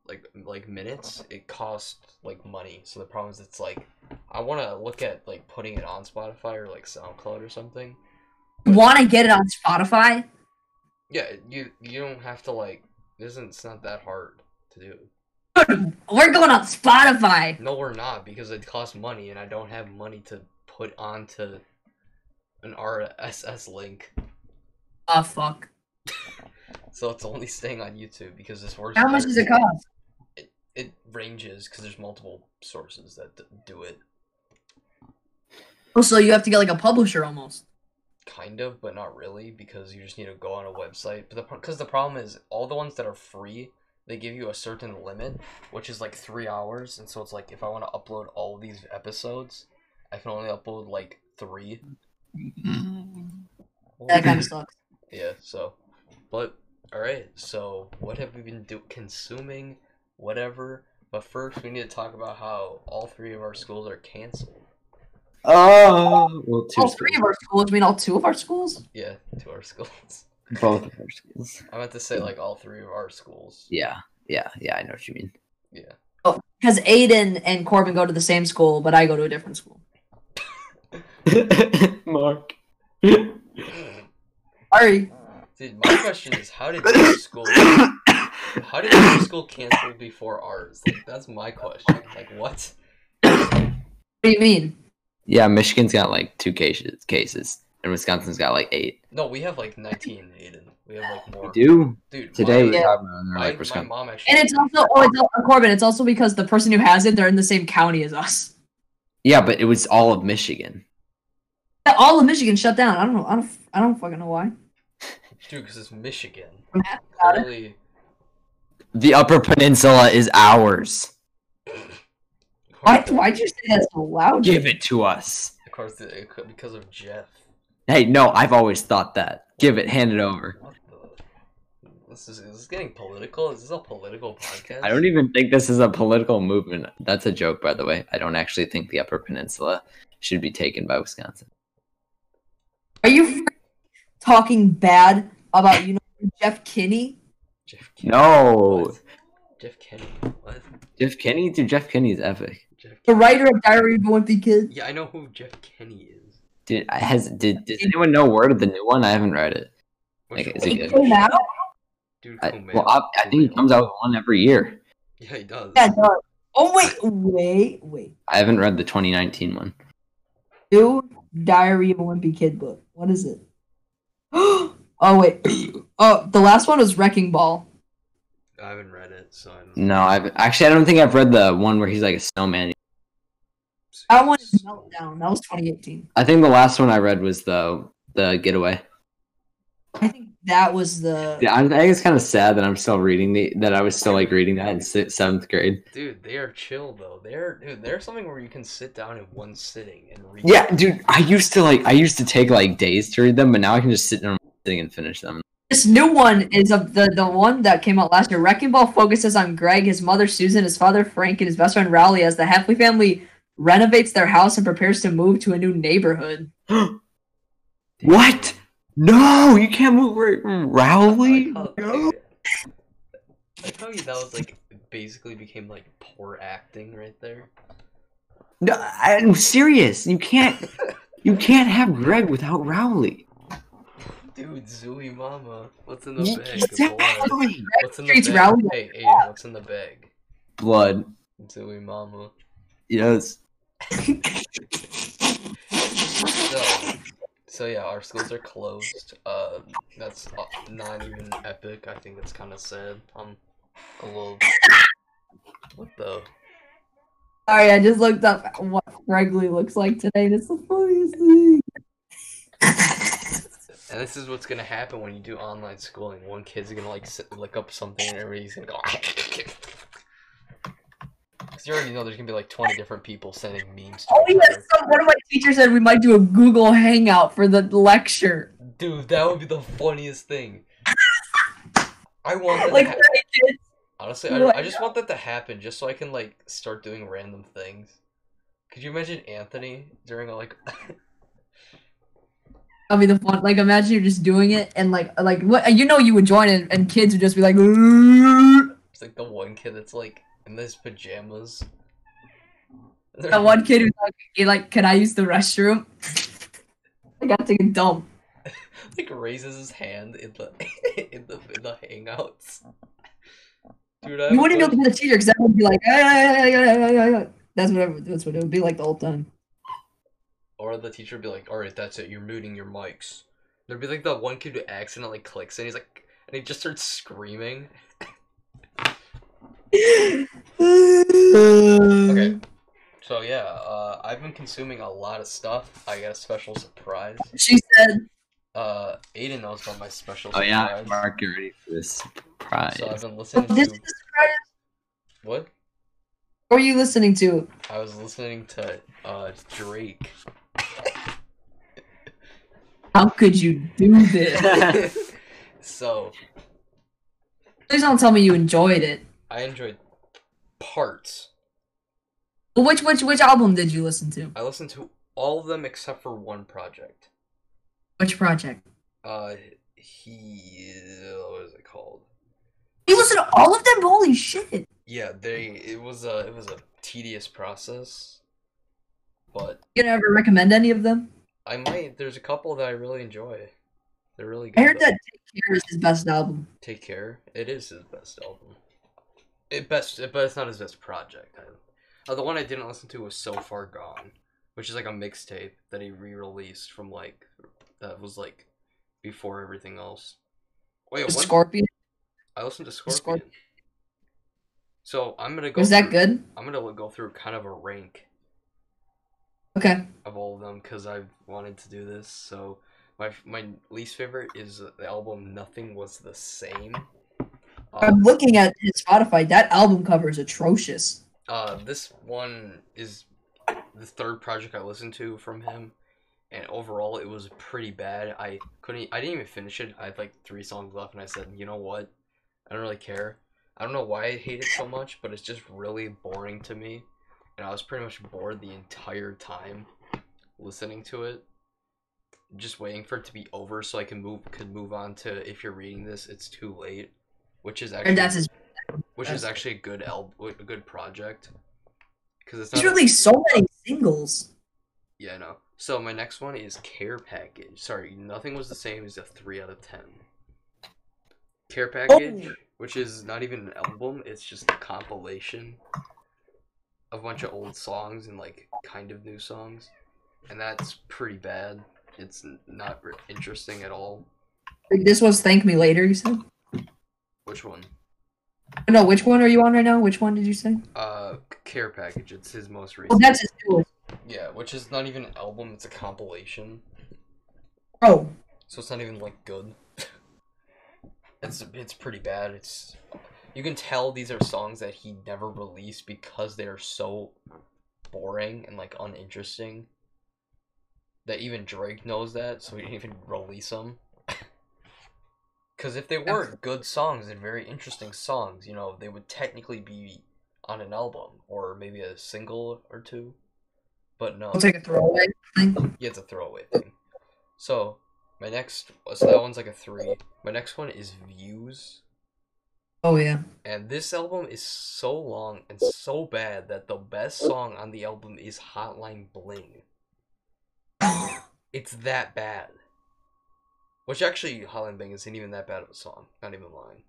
Speaker 1: like like minutes, it costs like money. So the problem is it's like I want to look at like putting it on Spotify or like SoundCloud or something.
Speaker 2: You wanna get it on Spotify?
Speaker 1: Yeah, you you don't have to like. It isn't it's not that hard to do.
Speaker 2: We're going on Spotify.
Speaker 1: No, we're not because it costs money, and I don't have money to put onto an RSS link.
Speaker 2: Oh, fuck.
Speaker 1: So it's only staying on YouTube because this works.
Speaker 2: How much
Speaker 1: better.
Speaker 2: does it cost?
Speaker 1: It ranges because there's multiple sources that d- do it,
Speaker 2: Oh, so you have to get like a publisher almost.
Speaker 1: kind of, but not really because you just need to go on a website. But the because the problem is all the ones that are free, they give you a certain limit, which is like three hours, and so it's like if I want to upload all these episodes, I can only upload like three. Oh.
Speaker 2: That
Speaker 1: Mm-hmm.
Speaker 2: kind of sucks.
Speaker 1: Yeah, so but alright, so what have we been do- consuming? Whatever. But first we need to talk about how all three of our schools are canceled.
Speaker 3: Oh, well, two
Speaker 2: All three of our schools, I mean, all two of our schools?
Speaker 1: Yeah, to our [laughs] schools.
Speaker 3: schools. both of our schools.
Speaker 1: I meant to say like all three of our schools.
Speaker 3: Yeah, yeah, yeah. I know what you mean.
Speaker 1: Yeah.
Speaker 2: Because Aiden and Corbin go to the same school, but I go to a different school.
Speaker 3: [laughs] [coughs] Mark.
Speaker 2: Sorry.
Speaker 1: Dude, my question is how did your school how did your school cancel before ours? Like that's my question. Like what?
Speaker 2: What do you mean?
Speaker 3: yeah, Michigan's got like two cases, cases, and Wisconsin's got like eight.
Speaker 1: No, we have like nineteen, Aiden. We have like more
Speaker 3: Do
Speaker 1: dude
Speaker 3: today
Speaker 1: my,
Speaker 3: we're
Speaker 2: Yeah.
Speaker 3: talking about, and they're
Speaker 1: my,
Speaker 3: like
Speaker 1: my
Speaker 3: Wisconsin.
Speaker 1: mom actually
Speaker 2: And it's also, oh, it's, uh, Corbin, it's also because the person who has it, they're in the same county as us.
Speaker 3: Yeah, but it was all of Michigan.
Speaker 2: Yeah, All of Michigan shut down. I don't know. I don't, I don't fucking know why.
Speaker 1: Dude, because it's Michigan.
Speaker 2: I'm happy about it.
Speaker 1: Clearly,
Speaker 3: The Upper Peninsula is ours.
Speaker 2: Why, why'd you say that so loud?
Speaker 3: Give it to us.
Speaker 1: Of course, it- it- because of Jeff.
Speaker 3: Hey, no, I've always thought that. Give it, hand it over.
Speaker 1: What the? This is, is this getting political? Is this a political podcast?
Speaker 3: I don't e- even think this is a political movement. That's a joke, by the way. I don't actually think the Upper Peninsula should be taken by Wisconsin.
Speaker 2: Are you f- talking bad about, you know, Jeff Kinney?
Speaker 1: Jeff Kenny.
Speaker 3: No.
Speaker 1: What? Jeff Kenny. What?
Speaker 3: Jeff Kenny, dude, Jeff Kenny is epic.
Speaker 1: Jeff
Speaker 2: The
Speaker 1: Kenny.
Speaker 2: writer of Diary of a Wimpy Kid?
Speaker 1: Yeah, I know who Jeff Kenny is.
Speaker 3: Dude, I has did does anyone know word of the new one? I haven't read it.
Speaker 1: Which
Speaker 3: Okay, is
Speaker 1: one?
Speaker 2: It
Speaker 3: good?
Speaker 2: came out?
Speaker 1: Dude,
Speaker 3: I,
Speaker 1: Kumail.
Speaker 3: well, I, I think he
Speaker 1: Kumail.
Speaker 3: comes out with one every year.
Speaker 1: Yeah, he does.
Speaker 2: Yeah, it does. Oh, wait, wait, wait.
Speaker 3: I haven't read the 2019 one.
Speaker 2: New Diary of a Wimpy Kid book. What is it? [gasps] oh,
Speaker 3: [clears throat]
Speaker 2: wait. Oh, the last one was Wrecking Ball.
Speaker 1: I haven't read it, so I don't
Speaker 3: No, I've actually I don't think I've read the one where he's like a snowman.
Speaker 2: That one is Meltdown. That was 2018.
Speaker 3: I think the last one I read was the the getaway.
Speaker 2: I think that was the.
Speaker 3: Yeah, I, I think it's kind of sad that I'm still reading the that I was still like reading that in si- seventh grade.
Speaker 1: Dude, they are chill though. They're dude. There's something where you can sit down in one sitting and read.
Speaker 3: Yeah, dude, I used to like I used to take like days to read them, but now I can just sit in a sitting and finish them.
Speaker 2: This new one is of the, the one that came out last year. Wrecking Ball focuses on Greg, his mother Susan, his father Frank, and his best friend Rowley as the Heffley family renovates their house and prepares to move to a new neighborhood.
Speaker 3: What? No, you can't move R- Rowley.
Speaker 1: Oh, I like how-
Speaker 3: No.
Speaker 1: I tell you that was like basically became like poor acting right there.
Speaker 3: No, I'm serious. You can't. You can't have Greg without Rowley.
Speaker 1: Dude, Zooey Mama. What's in the
Speaker 3: Yeah,
Speaker 1: bag? Blood.
Speaker 3: Exactly.
Speaker 1: What's in the
Speaker 2: Treats
Speaker 1: bag?
Speaker 2: Rowley
Speaker 1: Hey, Aiden, what's in the bag?
Speaker 3: Blood.
Speaker 1: Zooey Mama.
Speaker 3: Yes.
Speaker 1: So, so yeah, our schools are closed. Uh, that's uh, not even epic. I think that's kind of sad. I'm a little. What the?
Speaker 2: Sorry, I just looked up what Gregory looks like today, and it's the funniest thing.
Speaker 1: And this is what's gonna happen when you do online schooling. One kid's gonna like sit, look up something, and everybody's gonna go. [laughs] Because you already know there's gonna be like 20 different people sending memes to
Speaker 2: Oh
Speaker 1: each
Speaker 2: yes,
Speaker 1: other.
Speaker 2: some, one of my teachers said we might do a Google Hangout for the lecture.
Speaker 1: Dude, that would be the funniest thing. I want that
Speaker 2: Like,
Speaker 1: to ha-
Speaker 2: thirty kids.
Speaker 1: Honestly, I,
Speaker 2: Like-
Speaker 1: I just want that to happen just so I can like start doing random things. Could you imagine Anthony during a, like [laughs]
Speaker 2: I mean, the fun. Like, imagine you're just doing it, and like, like what you know, you would join, and, and kids would just be like, [laughs] "Ooh."
Speaker 1: it's like the one kid that's like in his pajamas? [laughs]
Speaker 2: the one kid who's like, he like, can I use the restroom? [laughs] I got to take a dump.
Speaker 1: like raises his hand in the [laughs] in the in the hangouts. Dude, I
Speaker 2: You
Speaker 1: would
Speaker 2: wouldn't be able to be the teacher because that would be like, "Ah, ah, ah, ah, ah, ah." that's what it, that's what it would be like the whole time.
Speaker 1: or the teacher would be like, "All right, that's it. You're muting your mics." There'd be like the one kid who accidentally clicks and he's like, and he just starts screaming.
Speaker 2: okay.
Speaker 1: Okay. So yeah, uh, I've been consuming a lot of stuff. I got a special surprise.
Speaker 2: She said,
Speaker 1: Uh, Aiden knows about my special
Speaker 3: Oh
Speaker 1: surprise.
Speaker 3: yeah, Mark, you're ready for this surprise. [laughs]
Speaker 1: So I've been
Speaker 2: oh,
Speaker 1: listening
Speaker 2: "This is
Speaker 1: to
Speaker 2: the surprise.
Speaker 1: what?
Speaker 2: Who are you listening to?"
Speaker 1: I was listening to uh
Speaker 3: [laughs]
Speaker 1: Drake. [laughs]
Speaker 2: How could you do
Speaker 3: [laughs]
Speaker 2: this?
Speaker 1: so
Speaker 2: Please don't tell me you enjoyed it.
Speaker 1: I enjoyed parts.
Speaker 2: Well, Which which which album did you listen to?
Speaker 1: I listened to all of them except for one project.
Speaker 2: Which project?
Speaker 1: Uh, he what is it called?
Speaker 2: You listened to all of them. Holy shit!
Speaker 1: Yeah, they. It was a it was a tedious process, but
Speaker 2: You gonna ever recommend any of them?
Speaker 1: I might. There's a couple that I really enjoy. They're really good.
Speaker 2: I heard
Speaker 1: though.
Speaker 2: that "Take Care" is his best album.
Speaker 1: Take Care. It is his best album. It best, it, but it's not his best project. I, uh, the one I didn't listen to was So Far Gone, which is like a mixtape that he re-released from like that was like before everything else. Wait, what?
Speaker 2: Scorpion
Speaker 1: I listened to Scorpion.
Speaker 2: Scorp-
Speaker 1: So I'm gonna go.
Speaker 2: was that
Speaker 1: through-
Speaker 2: good?
Speaker 1: I'm gonna go through kind of a rank
Speaker 2: Okay.
Speaker 1: of all of them because I wanted to do this. So my my least favorite is the album Nothing Was the Same.
Speaker 2: I'm
Speaker 1: Um,
Speaker 2: looking at his Spotify. That album cover is atrocious.
Speaker 1: uh, this one is the third project I listened to from him, and overall it was pretty bad. I couldn't. I didn't even finish it. I had like three songs left, and I said, you know what? I don't really care. I don't know why I hate it so much, but it's just really boring to me, and I was pretty much bored the entire time listening to it. Just waiting for it to be over so I can move could move on to if you're reading this, it's too late, which is actually
Speaker 2: And that's his.
Speaker 1: which is
Speaker 2: That's-
Speaker 1: actually a good al- a good project because it's
Speaker 2: He's
Speaker 1: not a-
Speaker 2: released so many singles.
Speaker 1: yeah I know. So my next one is Care Package. Sorry, nothing was the same as a three out of ten. Care Package,
Speaker 2: Oh!
Speaker 1: which is not even an album, it's just a compilation of a bunch of old songs and like kind of new songs, and that's pretty bad. It's n- not re- interesting at all.
Speaker 2: Like, This was "Thank Me Later." You said. Oh,
Speaker 1: Which one?
Speaker 2: No, which one are you on right now? Which one did you say?
Speaker 1: Uh, Care Package. It's his most
Speaker 2: Well,
Speaker 1: recent.
Speaker 2: that's his newest.
Speaker 1: Yeah, which is not even an album; it's a compilation.
Speaker 2: Oh,
Speaker 1: So it's not even like good. it's it's pretty bad. It's you can tell these are songs that he never released because they are so boring and like uninteresting. That even Drake knows that, so he didn't even release [laughs] them. Because if they were good songs and very interesting songs, you know, they would technically be on an album or maybe a single or two. But no.
Speaker 2: I'll take a throwaway. Thing.
Speaker 1: Yeah, it's a throwaway thing. So my next, so that one's like a three. My next one is Views,
Speaker 2: Oh yeah.
Speaker 1: and this album is so long and so bad that the best song on the album is Hotline Bling. It's that bad. Which actually, Holland Bang isn't even that bad of a song. Not even lying.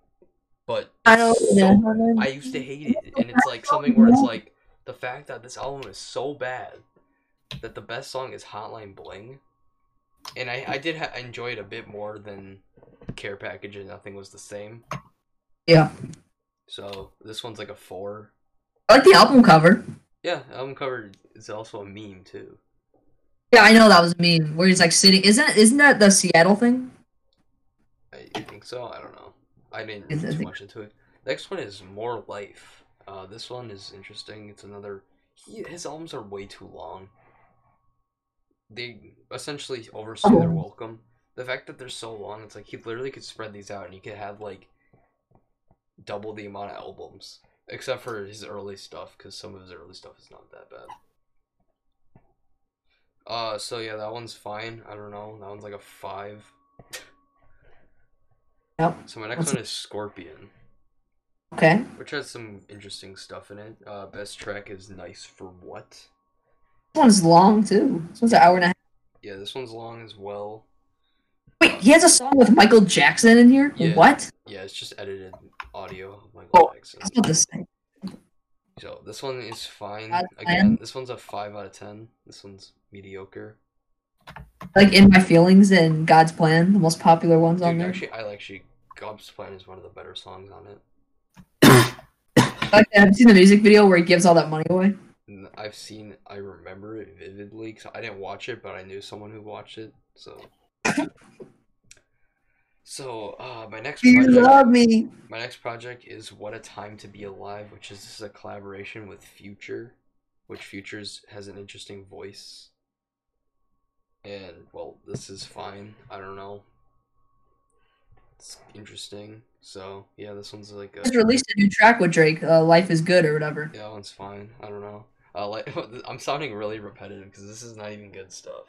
Speaker 1: But
Speaker 2: I don't
Speaker 1: so-
Speaker 2: know.
Speaker 1: I used to hate it, and it's like something where it's like the fact that this album is so bad that the best song is Hotline Bling, and I I did ha- enjoy it a bit more than Care Package and Nothing Was the Same.
Speaker 2: Yeah.
Speaker 1: So this one's like a four.
Speaker 2: I like the album cover.
Speaker 1: Yeah, album cover is also a meme too.
Speaker 2: Yeah, I know that was me. Where he's like sitting. Isn't isn't that the Seattle thing?
Speaker 1: I, I think so. I don't know. I didn't
Speaker 2: Is- I
Speaker 1: read too
Speaker 2: think-
Speaker 1: much into it. Next one is More Life. Uh, this one is interesting. It's another. He, his albums are way too long. They essentially overstay their
Speaker 2: Oh.
Speaker 1: welcome. The fact that they're so long, it's like he literally could spread these out and he could have like double the amount of albums, except for his early stuff, because some of his early stuff is not that bad. Uh, so yeah, that one's fine. I don't know. That one's like a five.
Speaker 2: Yep.
Speaker 1: So my next
Speaker 2: That's-
Speaker 1: one is Scorpion,
Speaker 2: Okay.
Speaker 1: which has some interesting stuff in it. Uh, best track is Nice for What.
Speaker 2: This one's long too. This one's an hour and a half.
Speaker 1: Yeah, this one's long as well.
Speaker 2: Wait, he has a song with Michael Jackson in here.
Speaker 1: Yeah.
Speaker 2: What?
Speaker 1: Yeah, it's just edited audio of Michael
Speaker 2: Oh.
Speaker 1: Jackson.
Speaker 2: That's not the same.
Speaker 1: So this one is fine.
Speaker 2: Out of
Speaker 1: Again, this one's a five out of ten. This one's mediocre.
Speaker 2: Like in my feelings and God's plan, the most popular ones on
Speaker 1: Dude,
Speaker 2: there.
Speaker 1: actually, I actually Gob's Plan is one of the better songs on it.
Speaker 2: I like that. Have you seen the music video where he gives all that money away?
Speaker 1: N- I've seen, I remember it vividly because I didn't watch it, but I knew someone who watched it.
Speaker 2: [laughs]
Speaker 1: So, so uh, my next
Speaker 2: You
Speaker 1: project,
Speaker 2: love me.
Speaker 1: my next project is "What a Time to Be Alive," which is this is a collaboration with Future, which Futures has an interesting voice. And well, this is fine. I don't know. It's interesting. So yeah, this one's like a
Speaker 2: Just released a new track with Drake, uh, "Life Is Good" or whatever.
Speaker 1: yeah, that one's fine. I don't know. Uh, like, [laughs] I'm sounding really repetitive because this is not even good stuff.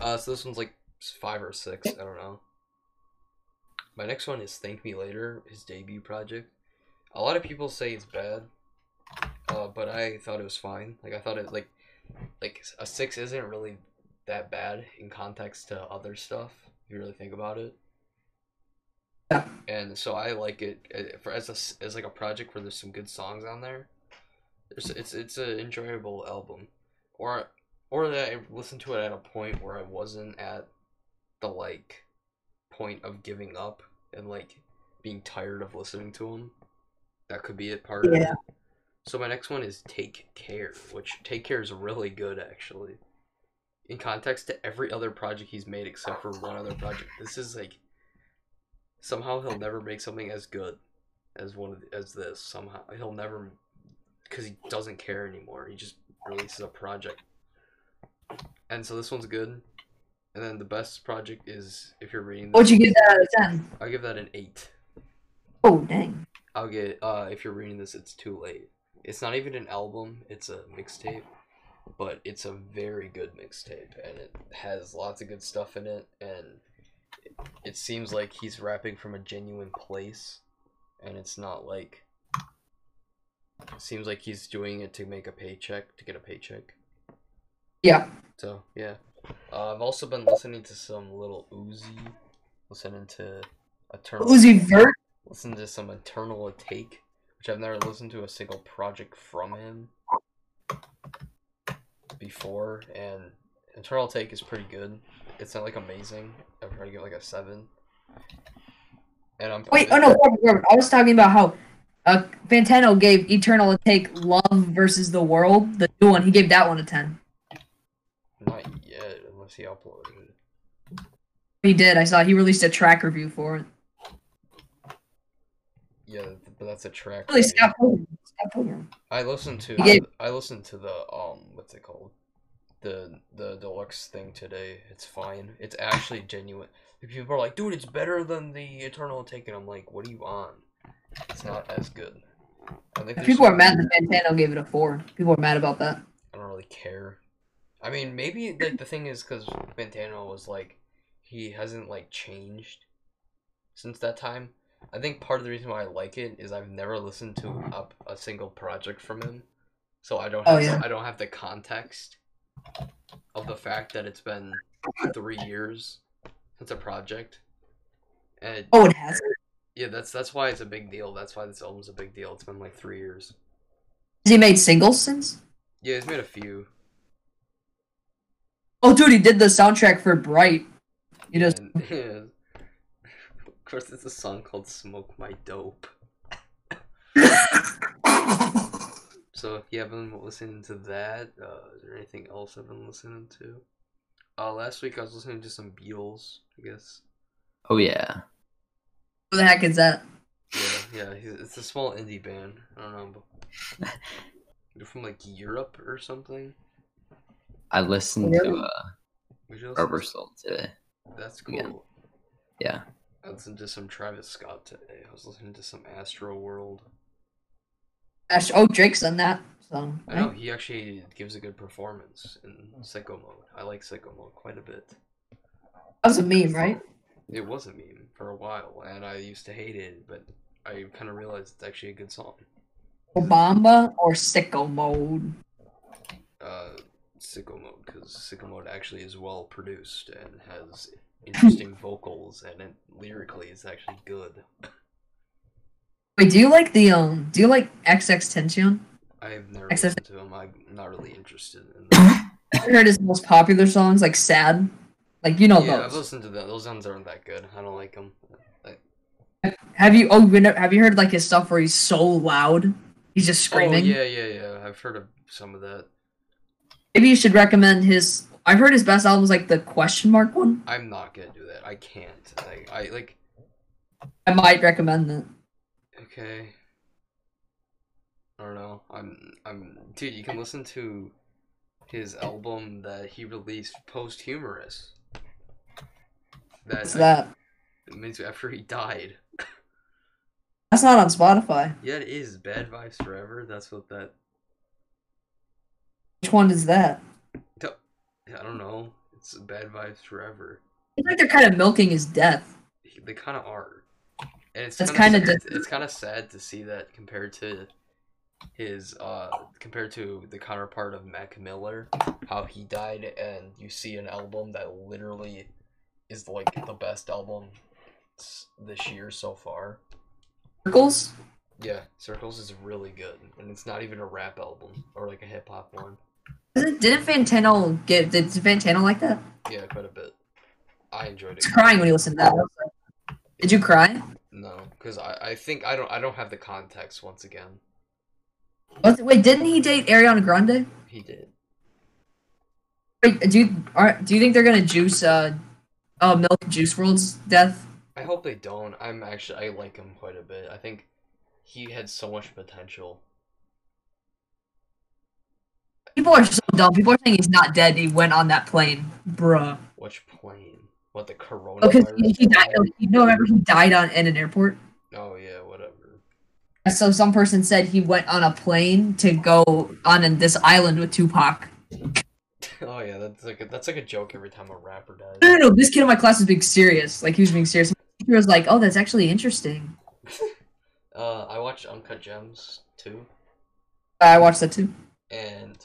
Speaker 1: Uh, so this one's like five or six. I don't know. My next one is "Thank Me Later," his debut project. A lot of people say it's bad, uh, but I thought it was fine. Like I thought it like like a six isn't really that bad in context to other stuff. If you really think about it and so I like it uh, for as a s as like a project where there's some good songs on there. It's it's it's an enjoyable album, or or that I listened to it at a point where I wasn't at the like point of giving up and like being tired of listening to them. That could be a part of it.
Speaker 2: Yeah.
Speaker 1: So my next one is Take Care, which Take Care is really good actually. In context to every other project he's made except for one other project, this is like somehow he'll never make something as good as one of the, as this somehow he'll never because he doesn't care anymore he just releases a project and so this one's good and then the best project is if you're reading this,
Speaker 2: What'd you give that out of ten?
Speaker 1: i'll give that an eight
Speaker 2: Oh dang.
Speaker 1: i'll get uh if you're reading this it's too late it's not even an album it's a mixtape but it's a very good mixtape and it has lots of good stuff in it and it- it seems like he's rapping from a genuine place and it's not like it seems like he's doing it to make a paycheck to get a paycheck
Speaker 2: Yeah.
Speaker 1: so yeah uh, i've also been listening to some little Uzi, listening to eternal
Speaker 2: Uzi Vert.
Speaker 1: listen to some Eternal Take, which I've never listened to a single project from him before, and Eternal Take is pretty good. It's not like amazing. I'm trying to give it, like a seven. And I'm
Speaker 2: Wait, oh no, Robert, Robert, I was talking about how uh, Fantano gave Eternal a take Love versus the World, the new one. He gave that one a 10.
Speaker 1: not yet unless he uploaded. it.
Speaker 2: He did. I saw he released a track review for it.
Speaker 1: Yeah, th- but that's a track.
Speaker 2: Really,
Speaker 1: right?
Speaker 2: Scott Pilgrim. Scott Pilgrim.
Speaker 1: I listened to
Speaker 2: Yeah.
Speaker 1: I listened to the um what's it called the the deluxe thing today. It's fine. It's actually genuine. The People are like, dude, it's better than the Eternal Take, and I'm like, what are you on? It's not as good. I think there's
Speaker 2: People are
Speaker 1: some-
Speaker 2: mad that Fantano gave it a 4. People are mad about that.
Speaker 1: I don't really care. I mean, maybe like the thing is because Fantano was like he hasn't like changed since that time. I think part of the reason why I like it is I've never listened to up a single project from him, so I don't
Speaker 2: Oh,
Speaker 1: have
Speaker 2: yeah.
Speaker 1: I don't have the context of the fact that it's been three years since a project, and
Speaker 2: Oh, it has.
Speaker 1: yeah, that's that's why it's a big deal. That's why this album's a big deal. It's been like three years.
Speaker 2: Has he made singles since?
Speaker 1: Yeah, he's made a few.
Speaker 2: Oh, dude, he did the soundtrack for Bright.
Speaker 1: [laughs]
Speaker 2: He does.
Speaker 1: And, yeah. Of course, it's a song called "Smoke My Dope." So yeah, I've been listening to that. Uh, is there anything else I've been listening to? Uh, last week I was listening to some Beatles. I guess.
Speaker 3: Oh yeah.
Speaker 2: Who the heck is that?
Speaker 1: Yeah, yeah. he's- It's a small indie band. I don't know. But... They're from like Europe or something.
Speaker 3: I listened to
Speaker 2: Really?
Speaker 3: uh,
Speaker 1: We should listen
Speaker 3: Rubber
Speaker 1: to-
Speaker 3: Soul today.
Speaker 1: That's cool.
Speaker 3: yeah. Yeah.
Speaker 1: I listened to some Travis Scott today. I was listening to some Astro World.
Speaker 2: Ash- oh, Drake's done that. So,
Speaker 1: I know he actually gives a good performance in Sicko Mode. I like Sicko Mode quite a bit.
Speaker 2: That was a meme, right?
Speaker 1: It was a meme for a while, and I used to hate it, but I kind of realized it's actually a good song.
Speaker 2: Obama or Sicko Mode?
Speaker 1: Uh, Sicko Mode, because Sicko Mode actually is well produced and has
Speaker 2: [laughs]
Speaker 1: interesting vocals, and it, lyrically it's actually good.
Speaker 2: Wait, do you like the um? Do you like XX Tension?
Speaker 1: I've never
Speaker 2: Except-
Speaker 1: listened to him. I'm not really interested
Speaker 2: [laughs]
Speaker 1: in that.
Speaker 2: I heard his most popular songs like "Sad," like you know
Speaker 1: yeah, I've
Speaker 2: those.
Speaker 1: listened to them. Those ones aren't that good. I don't like them.
Speaker 2: Have you? Oh, you know- have you heard like his stuff where he's so loud? He's just screaming.
Speaker 1: Oh, yeah, yeah, yeah. I've heard of some of that.
Speaker 2: Maybe you should recommend his. I've heard his best albums like the question mark one.
Speaker 1: I'm not gonna do that. I can't. I, I like.
Speaker 2: I might recommend that.
Speaker 1: Okay. I don't know. I'm I'm dude, you can listen to his album that he released post humorous. That,
Speaker 2: It's that.
Speaker 1: it means after he died.
Speaker 2: That's not on Spotify.
Speaker 1: Yeah, it is Bad Vibes Forever. That's what that
Speaker 2: Which one is that?
Speaker 1: I don't know. It's Bad Vibes Forever.
Speaker 2: It's like they're kind of milking his death.
Speaker 1: He- They kind of are. And it's
Speaker 2: That's
Speaker 1: kind of
Speaker 2: kinda
Speaker 1: it's kind of sad to see that compared to his uh compared to the counterpart of Mac Miller, how he died, and you see an album that literally is like the best album s- this year so far.
Speaker 2: Circles.
Speaker 1: Yeah, Circles is really good, and it's not even a rap album or like a hip hop one.
Speaker 2: Isn't- Didn't Fantano get? Did Fantano like that?
Speaker 1: Yeah, quite a bit. I enjoyed it.
Speaker 2: He's crying when he listened to that. I was like, Did you cry?
Speaker 1: No, because I I think I don't I don't have the context once again.
Speaker 2: Was- Wait, didn't he date Ariana Grande?
Speaker 1: He did.
Speaker 2: Wait, do you are, do you think they're gonna juice uh, uh milk Juice World's death?
Speaker 1: I hope they don't. I'm actually I like him quite a bit. I think he had so much potential.
Speaker 2: People are so dumb. People are saying he's not dead. and He went on that plane, bruh.
Speaker 1: Which plane? What the
Speaker 2: Because
Speaker 1: coronavirus?
Speaker 2: he, he died.
Speaker 1: plane?
Speaker 2: You know, remember he died on in an airport.
Speaker 1: Oh yeah, whatever. [laughs]
Speaker 2: So some person said he went on a plane to go on an- this island with Tupac.
Speaker 1: Oh yeah, that's like a, that's like a joke every time a rapper
Speaker 2: No, [laughs] no,
Speaker 1: dies.
Speaker 2: no. This kid in my class was being serious. Like he was being serious. He was like, "Oh, that's actually interesting."
Speaker 1: Uh, I watched Uncut Gems too,
Speaker 2: I watched that too.
Speaker 1: and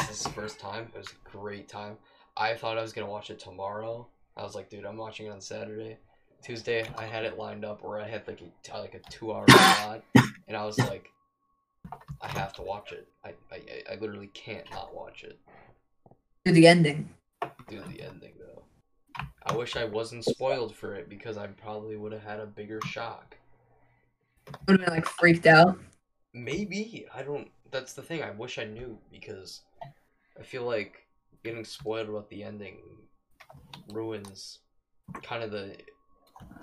Speaker 1: this is the first time. It was a great time. I thought I was gonna watch it tomorrow. I was like, dude, I'm watching it on Saturday. Tuesday, I had it lined up where I had like a, like a two hour slot, and I was like, I have to watch it. I, I, I- I literally can't not watch it.
Speaker 2: To the ending.
Speaker 1: Dude, the ending though. I wish I wasn't spoiled for it because I probably would have had a bigger shock.
Speaker 2: Would have been like freaked out.
Speaker 1: Maybe I don't. That's the thing. I wish I knew because I feel like getting spoiled about the ending ruins kind of the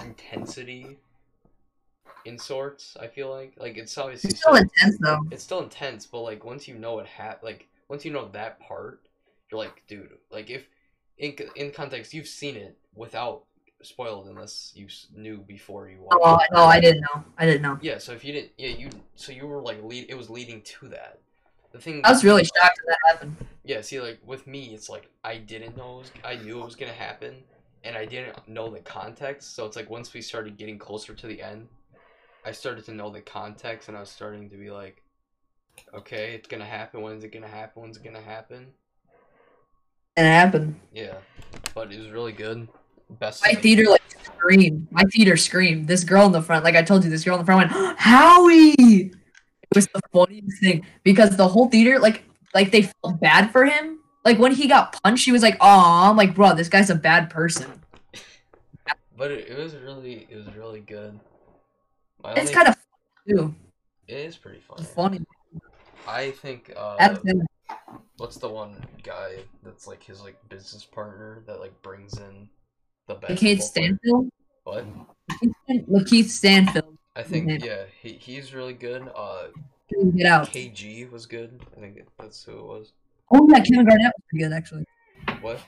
Speaker 1: intensity in sorts. I feel like like it's obviously
Speaker 2: It's still
Speaker 1: so-
Speaker 2: intense though.
Speaker 1: it's still intense, but like once you know it hap like once you know that part, you're like, dude, like if in in context you've seen it without spoiled unless you s- knew before you watched.
Speaker 2: Oh
Speaker 1: it.
Speaker 2: no, I didn't know. I didn't know.
Speaker 1: Yeah, so if you didn't, yeah, you so you were like lead. It was leading to that. The thing.
Speaker 2: I was really shocked when that happened.
Speaker 1: Yeah, see, like with me, it's like I didn't know. It was, I knew it was gonna happen, and I didn't know the context. So it's like once we started getting closer to the end, I started to know the context, and I was starting to be like, okay, it's gonna happen. When's it gonna happen? When's it gonna happen?
Speaker 2: and it happened.
Speaker 1: Yeah, but it was really good. Best.
Speaker 2: My theater like screamed. My theater screamed. This girl in the front, like I told you, this girl in the front went, [gasps] Howie. It was the funniest thing because the whole theater, like, like they felt bad for him. Like when he got punched, she was like, "Aw," I'm like, bro, this guy's a bad person.
Speaker 1: But it, it was really, it was really good. My
Speaker 2: It's
Speaker 1: only-
Speaker 2: kind of too
Speaker 1: it is pretty funny.
Speaker 2: funny.
Speaker 1: I think. Uh,
Speaker 2: That's him.
Speaker 1: what's the one guy that's like his like business partner that like brings in the best?
Speaker 2: Lakeith Stanfield.
Speaker 1: What?
Speaker 2: Lakeith Stanfield.
Speaker 1: I think
Speaker 2: Mhm.
Speaker 1: yeah, he, he's really good. Uh,
Speaker 2: Get out.
Speaker 1: KG was good. I think that's who it was.
Speaker 2: Oh yeah, Kevin Garnett was pretty good actually.
Speaker 1: What?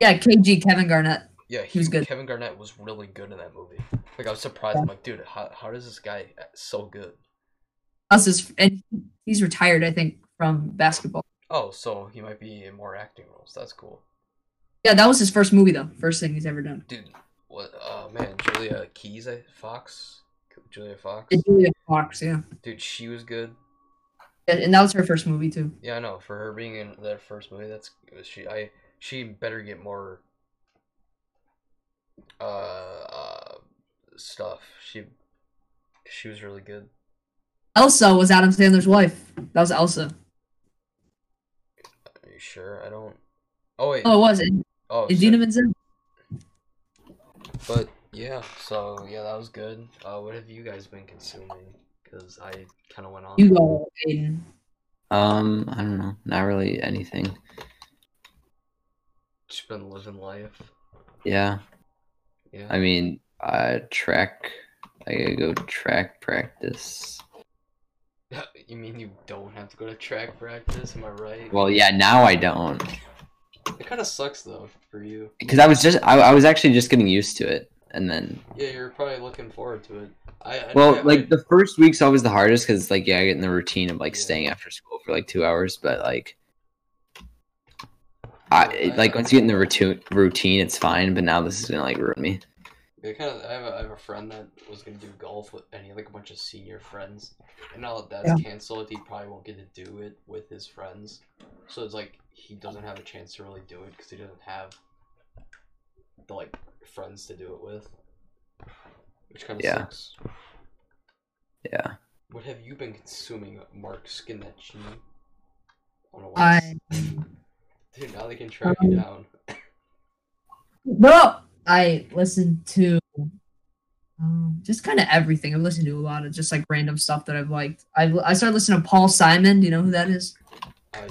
Speaker 2: Yeah, KG Kevin Garnett.
Speaker 1: Yeah, he,
Speaker 2: was good.
Speaker 1: Kevin Garnett was really good in that movie. Like I was surprised. I'm like, dude, how how does this guy act so good?
Speaker 2: Us is and he's retired, I think, from basketball.
Speaker 1: Oh, so he might be in more acting roles. That's cool,
Speaker 2: Yeah, that was his first movie though. First thing he's ever done.
Speaker 1: dude. What? Uh, man, Julia Keys, I, Fox, Julia Fox,
Speaker 2: And Julia Fox, yeah.
Speaker 1: dude, she was good.
Speaker 2: And- And that was her first movie too.
Speaker 1: Yeah, I know. For her being in that first movie, that's she. I she better get more. Uh, uh stuff. She, she was really good.
Speaker 2: Elsa was Adam Sandler's wife. That was Elsa.
Speaker 1: Are you sure? I don't. Oh wait.
Speaker 2: Oh, it was. And
Speaker 1: Oh,
Speaker 2: and
Speaker 1: shit.
Speaker 2: Idina Menzel.
Speaker 1: But yeah, so yeah, that was good. Uh, what have you guys been consuming? Because I kind of went on.
Speaker 2: You go, Aiden.
Speaker 3: Um, I don't know. Not really anything.
Speaker 1: Just been living life.
Speaker 3: Yeah.
Speaker 1: Yeah.
Speaker 3: I mean, uh, track. I gotta go track practice.
Speaker 1: [laughs] you mean you don't have to go to track practice? Am I right?
Speaker 3: Well, yeah. Now I don't
Speaker 1: it kind of sucks though for you.
Speaker 3: because I was just I, I was actually just getting used to it, and then
Speaker 1: Yeah, you're probably looking forward to it. I, I
Speaker 3: well,
Speaker 1: I-
Speaker 3: like the first week's always the hardest because like yeah, I get in the routine of like
Speaker 1: Yeah.
Speaker 3: staying after school for like two hours, but like. I it- like once you get in the routine, routine, it's fine. But now this is gonna like ruin me.
Speaker 1: Yeah, kind of. I have a, I have a friend that was gonna do golf with, and he had like a bunch of senior friends, and now that that's canceled, he probably won't get to do it with his friends. So it's like he doesn't have a chance to really do it because he doesn't have the like friends to do it with, which kind of
Speaker 3: Yeah.
Speaker 1: sucks.
Speaker 3: Yeah.
Speaker 1: What have you been consuming, Mark Skinetchy? On a
Speaker 2: I-
Speaker 1: Wednesday? Dude, now they can track you down.
Speaker 2: No, I listen to um, just kind of everything. I've listened to a lot of just like random stuff that I've liked. I I started listening to Paul Simon. Do you know who that is?
Speaker 1: I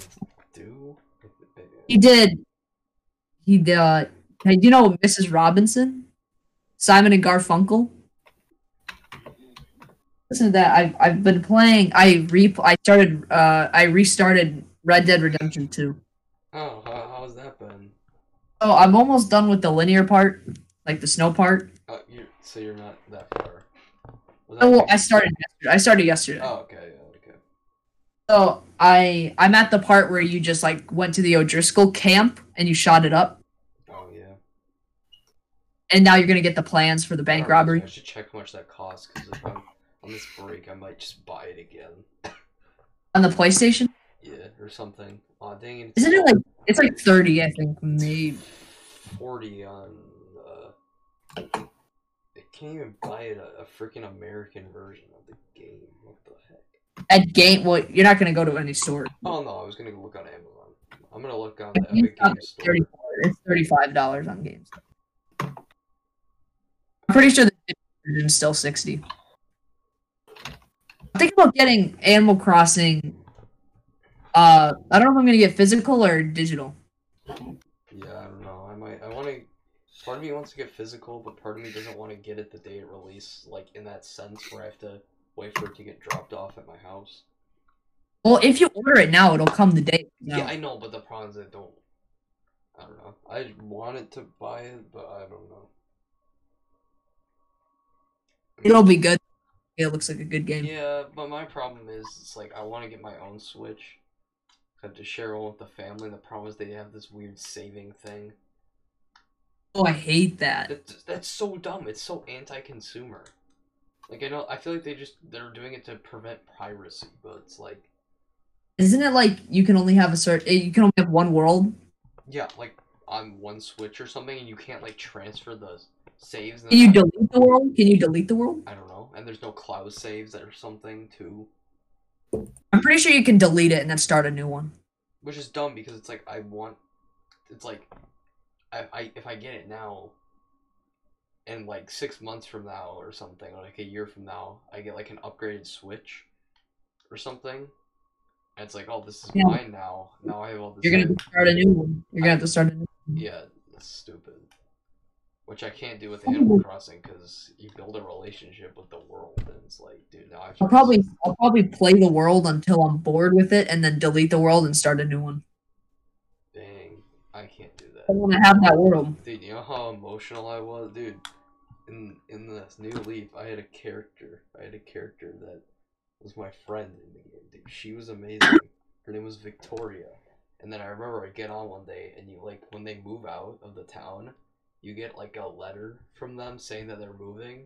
Speaker 1: do.
Speaker 2: He did. He did. Uh, hey, do you know Mrs. Robinson? Simon and Garfunkel. Listen to that. I've I've been playing. I re I started. Uh, I restarted Red Dead Redemption 2.
Speaker 1: Oh, how, how's that been?
Speaker 2: Oh, I'm almost done with the linear part, like the snow part.
Speaker 1: Uh, you so you're not that far. Was that
Speaker 2: Oh, well,
Speaker 1: like-
Speaker 2: I started. Yesterday. I started yesterday.
Speaker 1: Oh, okay, yeah, okay.
Speaker 2: So I I'm at the part where you just like went to the O'Driscoll camp and you shot it up,
Speaker 1: Oh yeah.
Speaker 2: and now you're gonna get the plans for the bank
Speaker 1: Alright,
Speaker 2: robbery.
Speaker 1: I should check how much that costs because if I'm on this break, I might just buy it again.
Speaker 2: on the PlayStation.
Speaker 1: Yeah, or something. Aw, dang it.
Speaker 2: Isn't it like it's like thirty? I think maybe.
Speaker 1: forty on? Uh, I can't even buy it a, a freaking American version of the game. What the heck?
Speaker 2: At game, well, you're not gonna go to any store.
Speaker 1: Oh no, I was gonna look on Amazon. I'm gonna look on
Speaker 2: I
Speaker 1: the
Speaker 2: think
Speaker 1: Epic
Speaker 2: it's on
Speaker 1: Games Store.
Speaker 2: Thirty, it's thirty-five dollars on games. I'm pretty sure the digital version's still sixty. I'm thinking about getting Animal Crossing. Uh, I don't know if I'm gonna get physical or digital.
Speaker 1: Yeah, I don't know. I might. I want to. Part of me wants to get physical, but part of me doesn't want to get it the day it release. Like in that sense, where I have to wait for it to get dropped off at my house.
Speaker 2: Well, if you order it now, it'll come the day. No.
Speaker 1: Yeah, I know, but the problem is I don't. I don't know. I wanted to buy it, but I don't know.
Speaker 2: It'll be good. It looks like a good game.
Speaker 1: Yeah, but my problem is it's like I want to get my own Switch. I have to share one with the family. and The problem is they have this weird saving thing.
Speaker 2: Oh, I hate that.
Speaker 1: That's, that's so dumb. It's so anti-consumer. Like I know, I feel like they just they're doing it to prevent piracy, but it's like
Speaker 2: eh, Isn't it like you can only have a certain? You can only have one world.
Speaker 1: yeah, like on one Switch or something, and you can't like transfer the saves. And
Speaker 2: Can you delete the world? Can you delete the world?
Speaker 1: I don't know. And there's no cloud saves or something too,
Speaker 2: I'm pretty sure you can delete it and then start a new one.
Speaker 1: which is dumb because it's like I want. It's like, I, I if I get it now. And like six months from now or something, or like a year from now, I get like an upgraded Switch, or something. And it's like, oh, this is
Speaker 2: Yeah.
Speaker 1: mine now. Now I have all this.
Speaker 2: You're gonna have to start a new one. You're gonna have to start a new
Speaker 1: Yeah, that's stupid. Which I can't do with Animal Crossing because you build a relationship with the world, and it's like, dude, now I
Speaker 2: I'll probably I'll probably play the world until I'm bored with it and then delete the world and start a new one.
Speaker 1: dang, I can't do
Speaker 2: I
Speaker 1: that.
Speaker 2: wanna have that world.
Speaker 1: Dude, you know how emotional I was, dude. In in this new leaf, I had a character. I had a character that was my friend in the game. Dude, she was amazing. Her name was Victoria. And then I remember I get on one day, and you like when they move out of the town, you get like a letter from them saying that they're moving.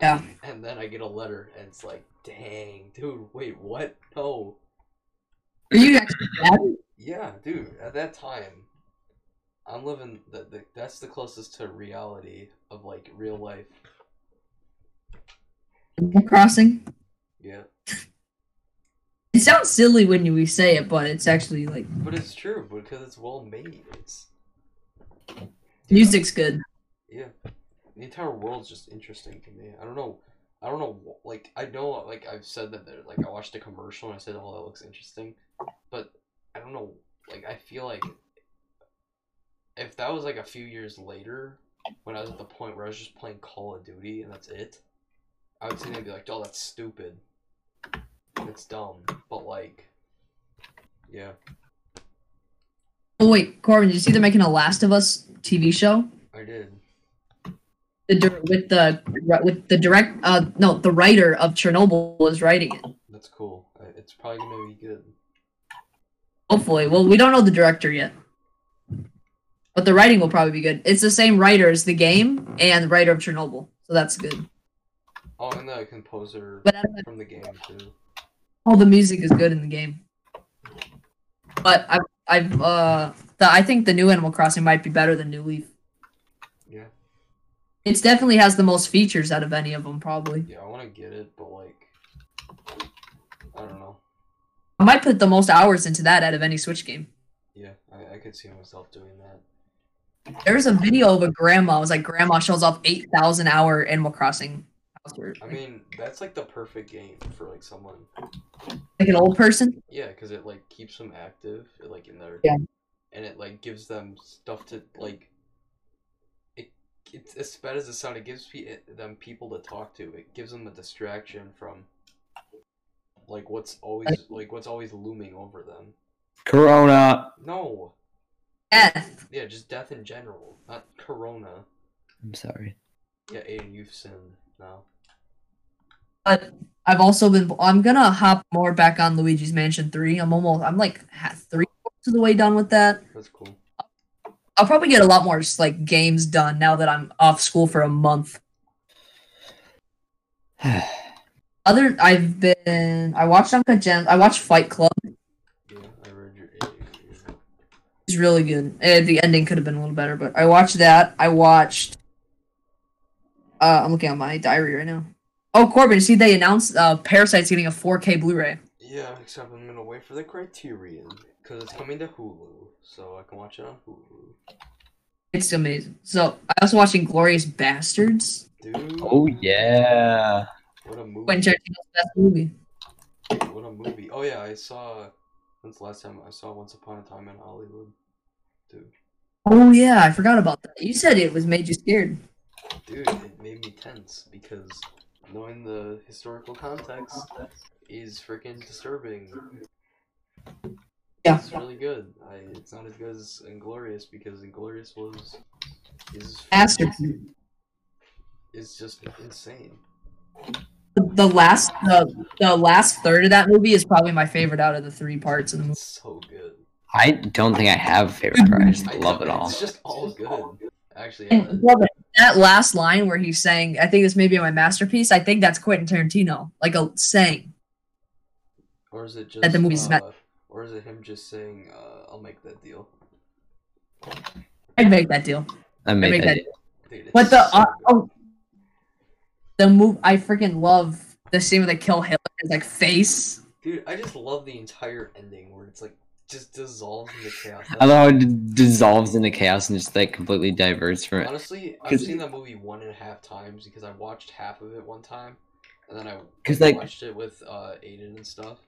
Speaker 2: Yeah.
Speaker 1: And then I get a letter, and it's like, dang, dude, wait, what? No.
Speaker 2: Are you actually sad?
Speaker 1: Yeah, dude, at that time, I'm living, the, the, that's the closest to reality of, like, real life.
Speaker 2: Animal Crossing?
Speaker 1: Yeah.
Speaker 2: It sounds silly when you- we say it, but it's actually like
Speaker 1: But it's true, because it's well made. It's,
Speaker 2: music's good.
Speaker 1: yeah. The entire world's just interesting to me. I don't know, I don't know, wh- like, I know, like, I've said that, there, like, I watched a commercial and I said, oh, that looks interesting. But I don't know, like, I feel like if that was, like, a few years later, when I was at the point where I was just playing Call of Duty and that's it, I would sit there and be like, "Oh, that's stupid. That's dumb." But like, yeah,
Speaker 2: Oh wait, Corbin, did you see they're making a Last of Us TV show?
Speaker 1: I did.
Speaker 2: The dir- with the with the direct uh no the writer of Chernobyl was writing it.
Speaker 1: That's cool. I- It's probably gonna be good.
Speaker 2: Hopefully, well we don't know the director yet, but the writing will probably be good. It's the same writer as the game and the writer of Chernobyl, so that's good.
Speaker 1: Oh, and the composer
Speaker 2: But I don't know,
Speaker 1: from the game too.
Speaker 2: all the music is good in the game. But I I've uh the, I think the new Animal Crossing might be better than New Leaf.
Speaker 1: Yeah,
Speaker 2: It's definitely has the most features out of any of them probably.
Speaker 1: yeah. I want to get it, but like, I don't know.
Speaker 2: I might put the most hours into that out of any Switch game.
Speaker 1: Yeah, I, I could see myself doing that.
Speaker 2: There's a video of a grandma. It was like grandma shows off eight thousand hour Animal Crossing. housework.
Speaker 1: I mean, that's like the perfect game for like someone.
Speaker 2: like an old person.
Speaker 1: Yeah, because it like keeps them active, it, like in their
Speaker 2: Yeah.
Speaker 1: and it like gives them stuff to like. It it's as bad as it sounds. It gives pe- it- them people to talk to. It gives them a distraction from like what's always like what's always looming over them.
Speaker 3: Corona.
Speaker 1: No,
Speaker 2: Death.
Speaker 1: yeah, just death in general, not corona.
Speaker 3: I'm sorry.
Speaker 1: Yeah, Aiden, you've sinned now.
Speaker 2: But I've also been. I'm gonna hop more back on Luigi's Mansion Three. I'm almost. I'm like ha- three quarters of the way done with that.
Speaker 1: That's cool.
Speaker 2: I'll probably get a lot more just like games done now that I'm off school for
Speaker 1: [sighs]
Speaker 2: a month. Other, I've been. I watched Uncut Gems. I watched Fight Club.
Speaker 1: Yeah, I read your. your- your-
Speaker 2: It's really good. Eh, the ending could have been a little better, but I watched that. I watched. Uh, I'm looking at my diary right now. Oh, Corbin, see they announced uh, Parasite's getting a 4K Blu-ray.
Speaker 1: Yeah, except I'm gonna wait for the Criterion because it's coming to Hulu, so I can watch it on Hulu.
Speaker 2: It's amazing. So I was watching Glorious Bastards,
Speaker 1: Dude.
Speaker 3: Oh yeah.
Speaker 1: What a movie.
Speaker 2: Quentin Tarantino's best movie.
Speaker 1: What a movie. Oh yeah, I saw. When's the last time I saw Once Upon a Time in Hollywood? Dude,
Speaker 2: Oh yeah, I forgot about that. You said it was made you scared.
Speaker 1: dude, it made me tense because knowing the historical context is freaking disturbing.
Speaker 2: Yeah.
Speaker 1: It's really good. I, it's not as good as Inglorious because Inglorious was is
Speaker 2: Bastard.
Speaker 1: is just insane.
Speaker 2: The, the last, the, the last third of that movie is probably my favorite out of the three parts of the movie.
Speaker 1: It's so good.
Speaker 3: I don't think I have a favorite part. I just love it all.
Speaker 1: It's just all good. Actually, yeah,
Speaker 2: And love it. that last line where he's saying, "I think this may be my masterpiece." I think that's Quentin Tarantino, like a saying.
Speaker 1: Or is it just
Speaker 2: That the movie's
Speaker 1: uh,
Speaker 2: not-
Speaker 1: or is it him just saying, uh, "I'll make that deal"?
Speaker 2: I'd make that deal.
Speaker 3: I made
Speaker 2: make
Speaker 3: that.
Speaker 2: that-
Speaker 3: deal.
Speaker 1: Dude, it's
Speaker 2: But the
Speaker 1: so
Speaker 2: uh,
Speaker 1: good.
Speaker 2: oh, the move I freaking love the scene where they kill Hitler. His like face.
Speaker 1: dude, I just love the entire ending where it's like just dissolves into chaos.
Speaker 3: I love how it d- dissolves into chaos and just like completely diverts from it.
Speaker 1: Honestly, I've
Speaker 3: 'Cause-
Speaker 1: seen that movie one and a half times because I watched half of it one time, and then I
Speaker 3: 'Cause, like-
Speaker 1: watched it with uh, Aiden and stuff.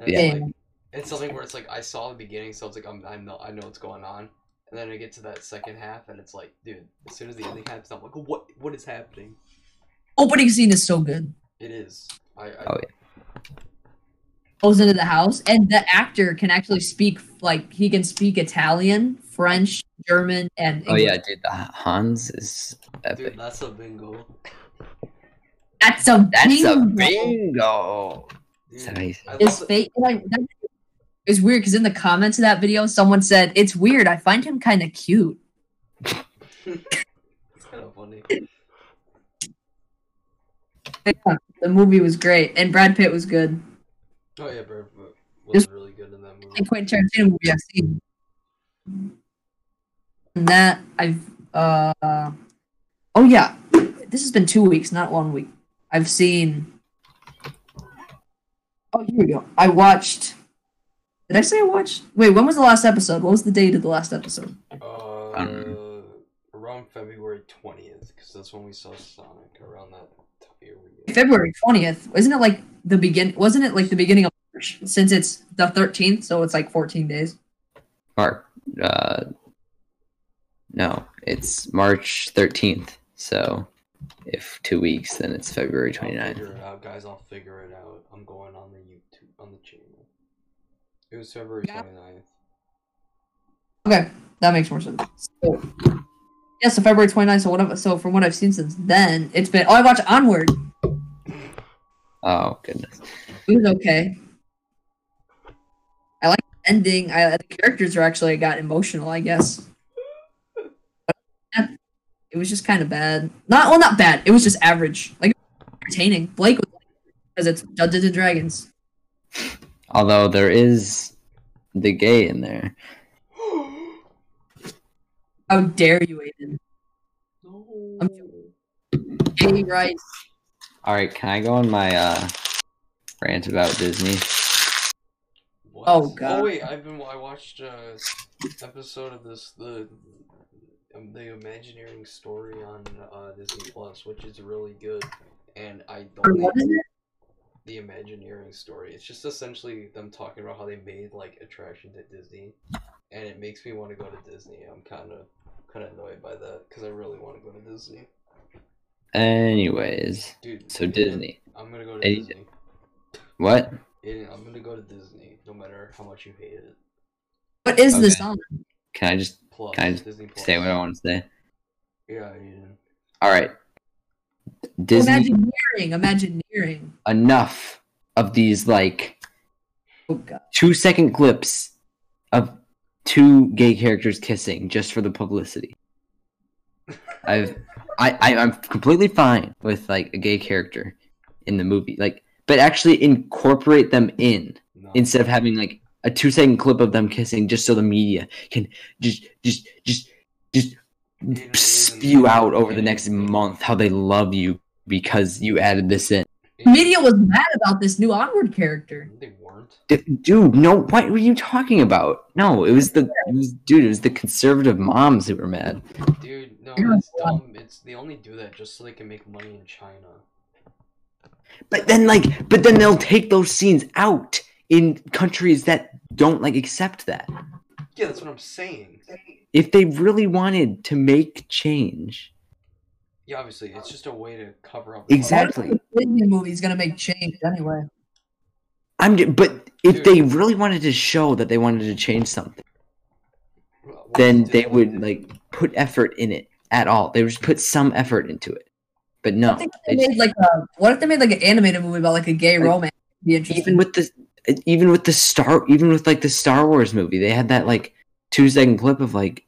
Speaker 1: And it's
Speaker 2: Yeah.
Speaker 1: like- it's something where it's like I saw the beginning, so it's like I'm, I'm not, I know what's going on, and then I get to that second half, and it's like, dude, as soon as the ending happens, I'm like, what what is happening?
Speaker 2: Opening scene is so good.
Speaker 1: It is. I, I
Speaker 3: Oh,
Speaker 2: Goes into the house, and the actor can actually speak like he can speak Italian, French, German, and
Speaker 3: Oh
Speaker 2: English.
Speaker 3: yeah, dude, the Hans is
Speaker 1: dude,
Speaker 3: epic.
Speaker 1: that's a bingo.
Speaker 2: That's a
Speaker 3: That's a
Speaker 2: bingo.
Speaker 3: bingo.
Speaker 1: Dude,
Speaker 3: That's amazing.
Speaker 1: I
Speaker 2: His
Speaker 1: love it.
Speaker 2: face, like, that- it's weird because in the comments of that video, someone said it's weird. I find him kind of cute.
Speaker 1: It's kind of funny.
Speaker 2: The movie was great, and Brad Pitt was good.
Speaker 1: Oh yeah, bro, bro was really good in that movie.
Speaker 2: And Quentin Tarantino movie I've seen. And that I've uh oh yeah, this has been two weeks, not one week. I've seen. Oh, here we go. I watched. Did I say I watched? Wait, when was the last episode? What was the date of the last episode?
Speaker 1: Uh, around February twentieth, because that's when we saw Sonic. Around that time of year we did.
Speaker 2: February 20th. Isn't it like the begin wasn't it like the beginning of March since it's the 13th, so it's like 14 days.
Speaker 3: Mark, uh, no, it's March 13th. So if two weeks, then it's February
Speaker 1: I'll
Speaker 3: 29th.
Speaker 1: figure it out, guys. I'll figure it out. I'm going on the YouTube on the channel. It was February
Speaker 2: Yeah.
Speaker 1: 29th.
Speaker 2: Okay, that makes more sense. So, yeah, so February 29th, so what I've, so from what I've seen since then, it's been oh I watched Onward.
Speaker 3: Oh, goodness.
Speaker 2: It was okay. I like the ending. I the characters are actually I got emotional, I guess. It was just kind of bad. Not well, not bad. It was just average. Like entertaining. Blake was because it's Dungeons and Dragons.
Speaker 3: Although there is the gay in there.
Speaker 2: How dare you, Aiden?
Speaker 1: [gasps] no.
Speaker 2: I'm Gay rights.
Speaker 3: All right, can I go on my uh, rant about Disney?
Speaker 1: What?
Speaker 2: Oh, God.
Speaker 1: Oh wait, I've been. I watched uh episode of this the um, the Imagineering story on uh, Disney Plus, which is really good. And I
Speaker 2: Or
Speaker 1: don't.
Speaker 2: what is it?
Speaker 1: the Imagineering story. It's just essentially them talking about how they made like attractions at Disney, and it makes me want to go to Disney. I'm kind of kind of annoyed by that because I really want to go to Disney,
Speaker 3: Anyways,
Speaker 1: dude.
Speaker 3: so
Speaker 1: Aiden,
Speaker 3: Disney.
Speaker 1: I'm gonna go to
Speaker 3: Aiden.
Speaker 1: Disney.
Speaker 3: What?
Speaker 1: Aiden, I'm gonna go to Disney, no matter how much you hate it.
Speaker 2: What is
Speaker 3: Okay.
Speaker 2: this song?
Speaker 3: Can I just
Speaker 1: Plus,
Speaker 3: Can I just
Speaker 1: Disney Plus.
Speaker 3: say what I want to say?
Speaker 1: Yeah, Aiden.
Speaker 3: All right. Disney,
Speaker 2: Imagineering. Imagineering.
Speaker 3: enough of these like
Speaker 2: Oh god.
Speaker 3: two second clips of two gay characters kissing just for the publicity. I've I, I I'm completely fine with like a gay character in the movie, like, but actually incorporate them in
Speaker 1: No.
Speaker 3: instead of having like a two second clip of them kissing just so the media can just just just just
Speaker 1: Aiden, Aiden,
Speaker 3: spew out over the
Speaker 1: Aiden,
Speaker 3: next month how they love you because you added this in.
Speaker 1: Aiden,
Speaker 2: Media was mad about this new Onward character.
Speaker 1: They weren't.
Speaker 3: D- dude no what were you talking about no it was the it was, dude it was the conservative moms who were mad
Speaker 1: Dude, no,
Speaker 2: Yeah,
Speaker 1: it's
Speaker 2: they weren't.
Speaker 1: dumb. It's they only do that just so they can make money in China.
Speaker 3: but then like but then they'll take those scenes out in countries that don't like accept that
Speaker 1: Yeah, that's what I'm saying.
Speaker 3: if they really wanted to make change
Speaker 1: Yeah, obviously, it's just a way to cover up.
Speaker 3: Exactly.
Speaker 2: Disney movie's gonna make change anyway.
Speaker 3: i'm j- but if they really wanted to show that they wanted to change something
Speaker 1: What
Speaker 3: then
Speaker 1: did-
Speaker 3: they would like put effort in it at all they would just put some effort into it but no
Speaker 2: I think
Speaker 3: they
Speaker 2: they
Speaker 3: just-
Speaker 2: made like a what if they made like an animated movie about like a gay
Speaker 3: Like,
Speaker 2: romance? It'd Be
Speaker 3: even
Speaker 2: interesting.
Speaker 3: with the even with the star even with like the Star Wars movie, they had that like two second clip of like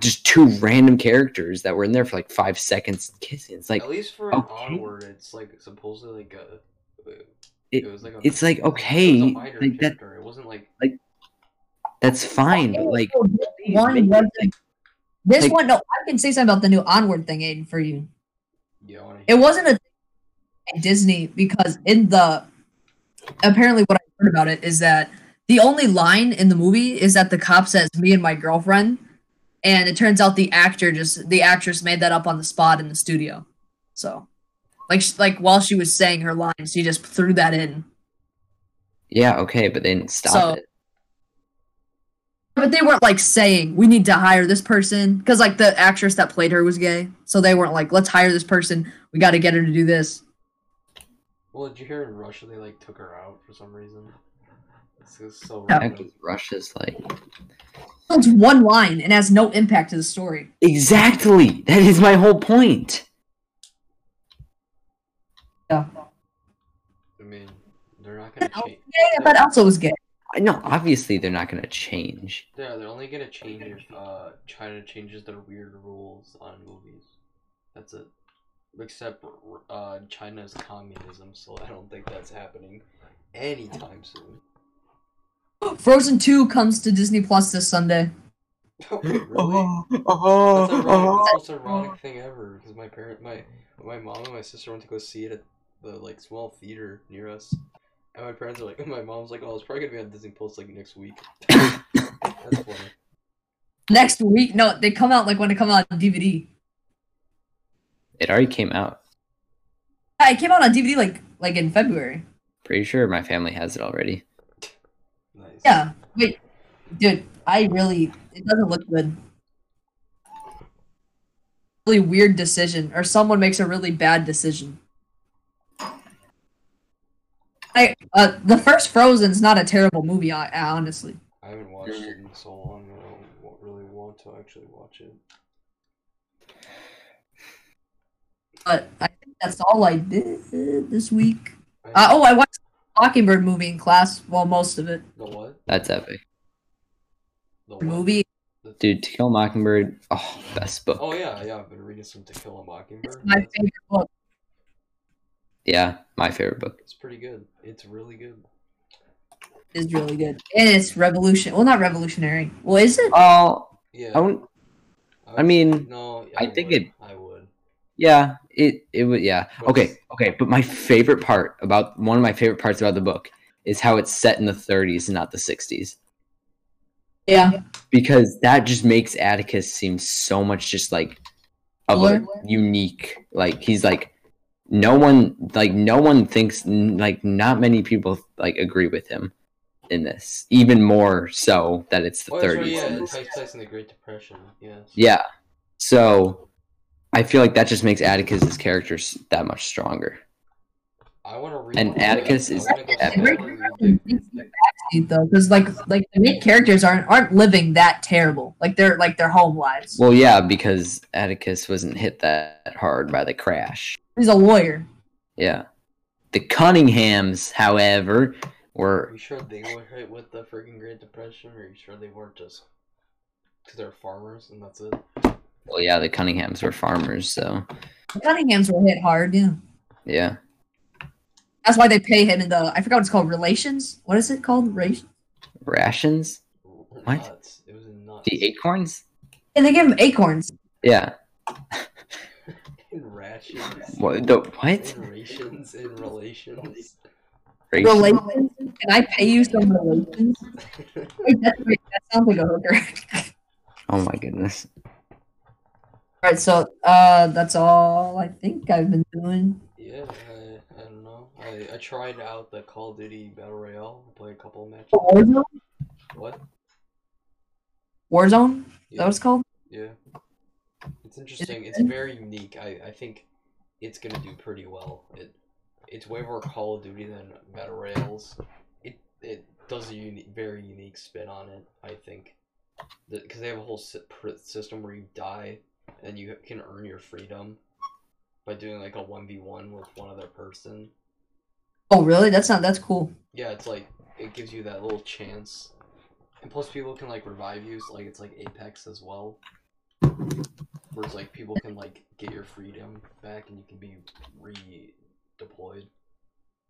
Speaker 3: just two random characters that were in there for like five seconds kissing. It's like
Speaker 1: at least for an
Speaker 3: okay.
Speaker 1: onward, it's like supposedly like a. It,
Speaker 3: It-
Speaker 1: was like a,
Speaker 3: it's like
Speaker 1: it was a
Speaker 3: okay,
Speaker 1: minor
Speaker 3: like that
Speaker 1: character. It wasn't like
Speaker 3: like- That's fine, but like
Speaker 2: Oh, this one
Speaker 3: make-
Speaker 2: wasn't- This
Speaker 3: Like-
Speaker 2: one, no, I can say something about the new Onward thing, Aiden, for you.
Speaker 1: Yeah, I wanna
Speaker 2: It wasn't a at Disney because in the apparently what I heard about it is that the only line in the movie is that the cop says me and my girlfriend, and it turns out the actor just the actress made that up on the spot in the studio. So, like sh- like while she was saying her line, she just threw that in.
Speaker 3: yeah, okay, but they didn't
Speaker 2: So-
Speaker 3: stop it.
Speaker 2: But they weren't like saying we need to hire this person because like the actress that played her was gay, so they weren't like let's hire this person. We got to get her to do this.
Speaker 1: Well, did you hear in Russia they like took her out for some reason? It's just so
Speaker 2: Yeah.
Speaker 1: random.
Speaker 3: Because Russia's like
Speaker 2: It's one line and has no impact to the story.
Speaker 3: Exactly. That is my whole point.
Speaker 2: Yeah.
Speaker 1: I mean, they're not gonna
Speaker 2: Oh.
Speaker 1: change.
Speaker 2: Yeah, that also was gay.
Speaker 3: I know obviously they're not
Speaker 1: [gasps]
Speaker 3: gonna change.
Speaker 1: Yeah, they're only gonna change if uh, China changes their weird rules on movies. That's it. Except uh, China's communism, so I don't think that's happening anytime
Speaker 3: [laughs]
Speaker 1: soon. [laughs]
Speaker 2: Frozen 2 comes to Disney Plus this Sunday.
Speaker 1: really? Uh-huh, That's, ironic.
Speaker 3: oh,
Speaker 1: That's the most ironic thing ever. Because my parent, my my mom and my sister went to go see it at the like small theater near us, and my parents are like, [laughs] my mom's like, oh, it's probably gonna be on Disney Plus like next
Speaker 3: [coughs]
Speaker 1: week. That's funny.
Speaker 2: Next week? No, they come out like when it come out on DVD.
Speaker 3: It already came out.
Speaker 2: Yeah, it came out on DVD like like in February.
Speaker 3: Pretty sure my family has it already.
Speaker 1: Nice.
Speaker 2: Yeah. Wait. Dude, I really it doesn't look good. Really weird decision or someone makes a really bad decision. I uh the first Frozen's not a terrible movie hon- honestly.
Speaker 1: I haven't watched it in so long. I don't wa- really want to actually watch it.
Speaker 2: But I think that's all I did this week.
Speaker 1: I-
Speaker 2: Uh, oh, I watched the Mockingbird movie in class. Well, most of
Speaker 3: oh.
Speaker 2: it.
Speaker 1: The what?
Speaker 3: That's epic,
Speaker 1: The what?
Speaker 2: The movie.
Speaker 1: The-
Speaker 3: dude. To Kill a Mockingbird. Oh, best book.
Speaker 1: Oh yeah, yeah. I've been reading some To Kill a
Speaker 2: It's
Speaker 1: Mockingbird.
Speaker 2: my
Speaker 1: That's-
Speaker 2: favorite book.
Speaker 3: Yeah, my favorite book.
Speaker 1: It's pretty good. It's really good.
Speaker 2: It's really good, and it's revolution. Well, not revolutionary. Well, is it?
Speaker 3: Oh,
Speaker 1: Yeah.
Speaker 3: I won't-
Speaker 1: would-
Speaker 3: I mean,
Speaker 1: no.
Speaker 3: I think
Speaker 1: would.
Speaker 3: it-
Speaker 1: I would.
Speaker 3: Yeah, it it would. Yeah.
Speaker 1: But
Speaker 3: Okay.
Speaker 1: it's-
Speaker 3: Okay. But my favorite part about one of my favorite parts about the book is how it's set in the 30s and not the 60s
Speaker 2: Yeah.
Speaker 3: because that just makes Atticus seem so much just like of a
Speaker 2: Cooler?
Speaker 3: unique. Like he's like no one like no one thinks n- like not many people like agree with him in this. Even more so that it's the
Speaker 1: Oh, that's right,
Speaker 3: 30s.
Speaker 1: yeah,
Speaker 3: in
Speaker 1: it
Speaker 3: this.
Speaker 1: takes place in the Great Depression. Yes.
Speaker 3: Yeah. So I feel like that just makes Atticus's character s- that much stronger.
Speaker 1: I want to read.
Speaker 3: And
Speaker 1: that.
Speaker 3: Atticus
Speaker 1: I
Speaker 3: is
Speaker 1: wanna go
Speaker 3: epic.
Speaker 1: see that movie.
Speaker 2: Though, because like like the main characters aren't aren't living that terrible. Like they're like their home lives.
Speaker 3: Well, yeah, because Atticus wasn't hit that hard by the crash.
Speaker 2: He's a lawyer.
Speaker 3: Yeah. The Cunninghams, however,
Speaker 1: Are
Speaker 3: were
Speaker 1: you sure they were hit with the freaking Great Depression? Or are you sure they weren't just because they're farmers and that's it?
Speaker 3: well, yeah, the Cunninghams were farmers, so
Speaker 2: The Cunninghams were hit hard. Yeah.
Speaker 3: yeah.
Speaker 2: That's why they pay him in the I forgot what it's called relations. What is it called? Race?
Speaker 3: Rations? What?
Speaker 1: Nuts. It was nuts.
Speaker 3: The acorns?
Speaker 2: And they give him acorns.
Speaker 3: Yeah.
Speaker 1: In rations.
Speaker 3: What the what?
Speaker 1: In rations. In relations.
Speaker 3: Rations?
Speaker 2: Relations. Can I pay you some relations? Wait, that, wait, that sounds like a hooker.
Speaker 3: Oh my goodness.
Speaker 2: All right, so uh, that's all I think I've been doing.
Speaker 1: yeah, I, I don't know. I, I tried out the Call of Duty Battle Royale. I played a couple of matches.
Speaker 2: Warzone?
Speaker 1: What?
Speaker 2: Warzone? Is that
Speaker 1: Yeah.
Speaker 2: what it's called?
Speaker 1: Yeah. It's interesting. It's very unique. I, I think it's gonna do pretty well. It it's way more Call of Duty than Battle Royales. It it does a unique, very unique spin on it. I think because they have a whole sy- pr- system where you die and you can earn your freedom by doing like a one v one with one other person.
Speaker 2: Oh, really? That's not. That's cool.
Speaker 1: Yeah, it's like it gives you that little chance, and plus people can like revive you. So like it's like Apex as well, where it's like people can like get your freedom back and you can be redeployed.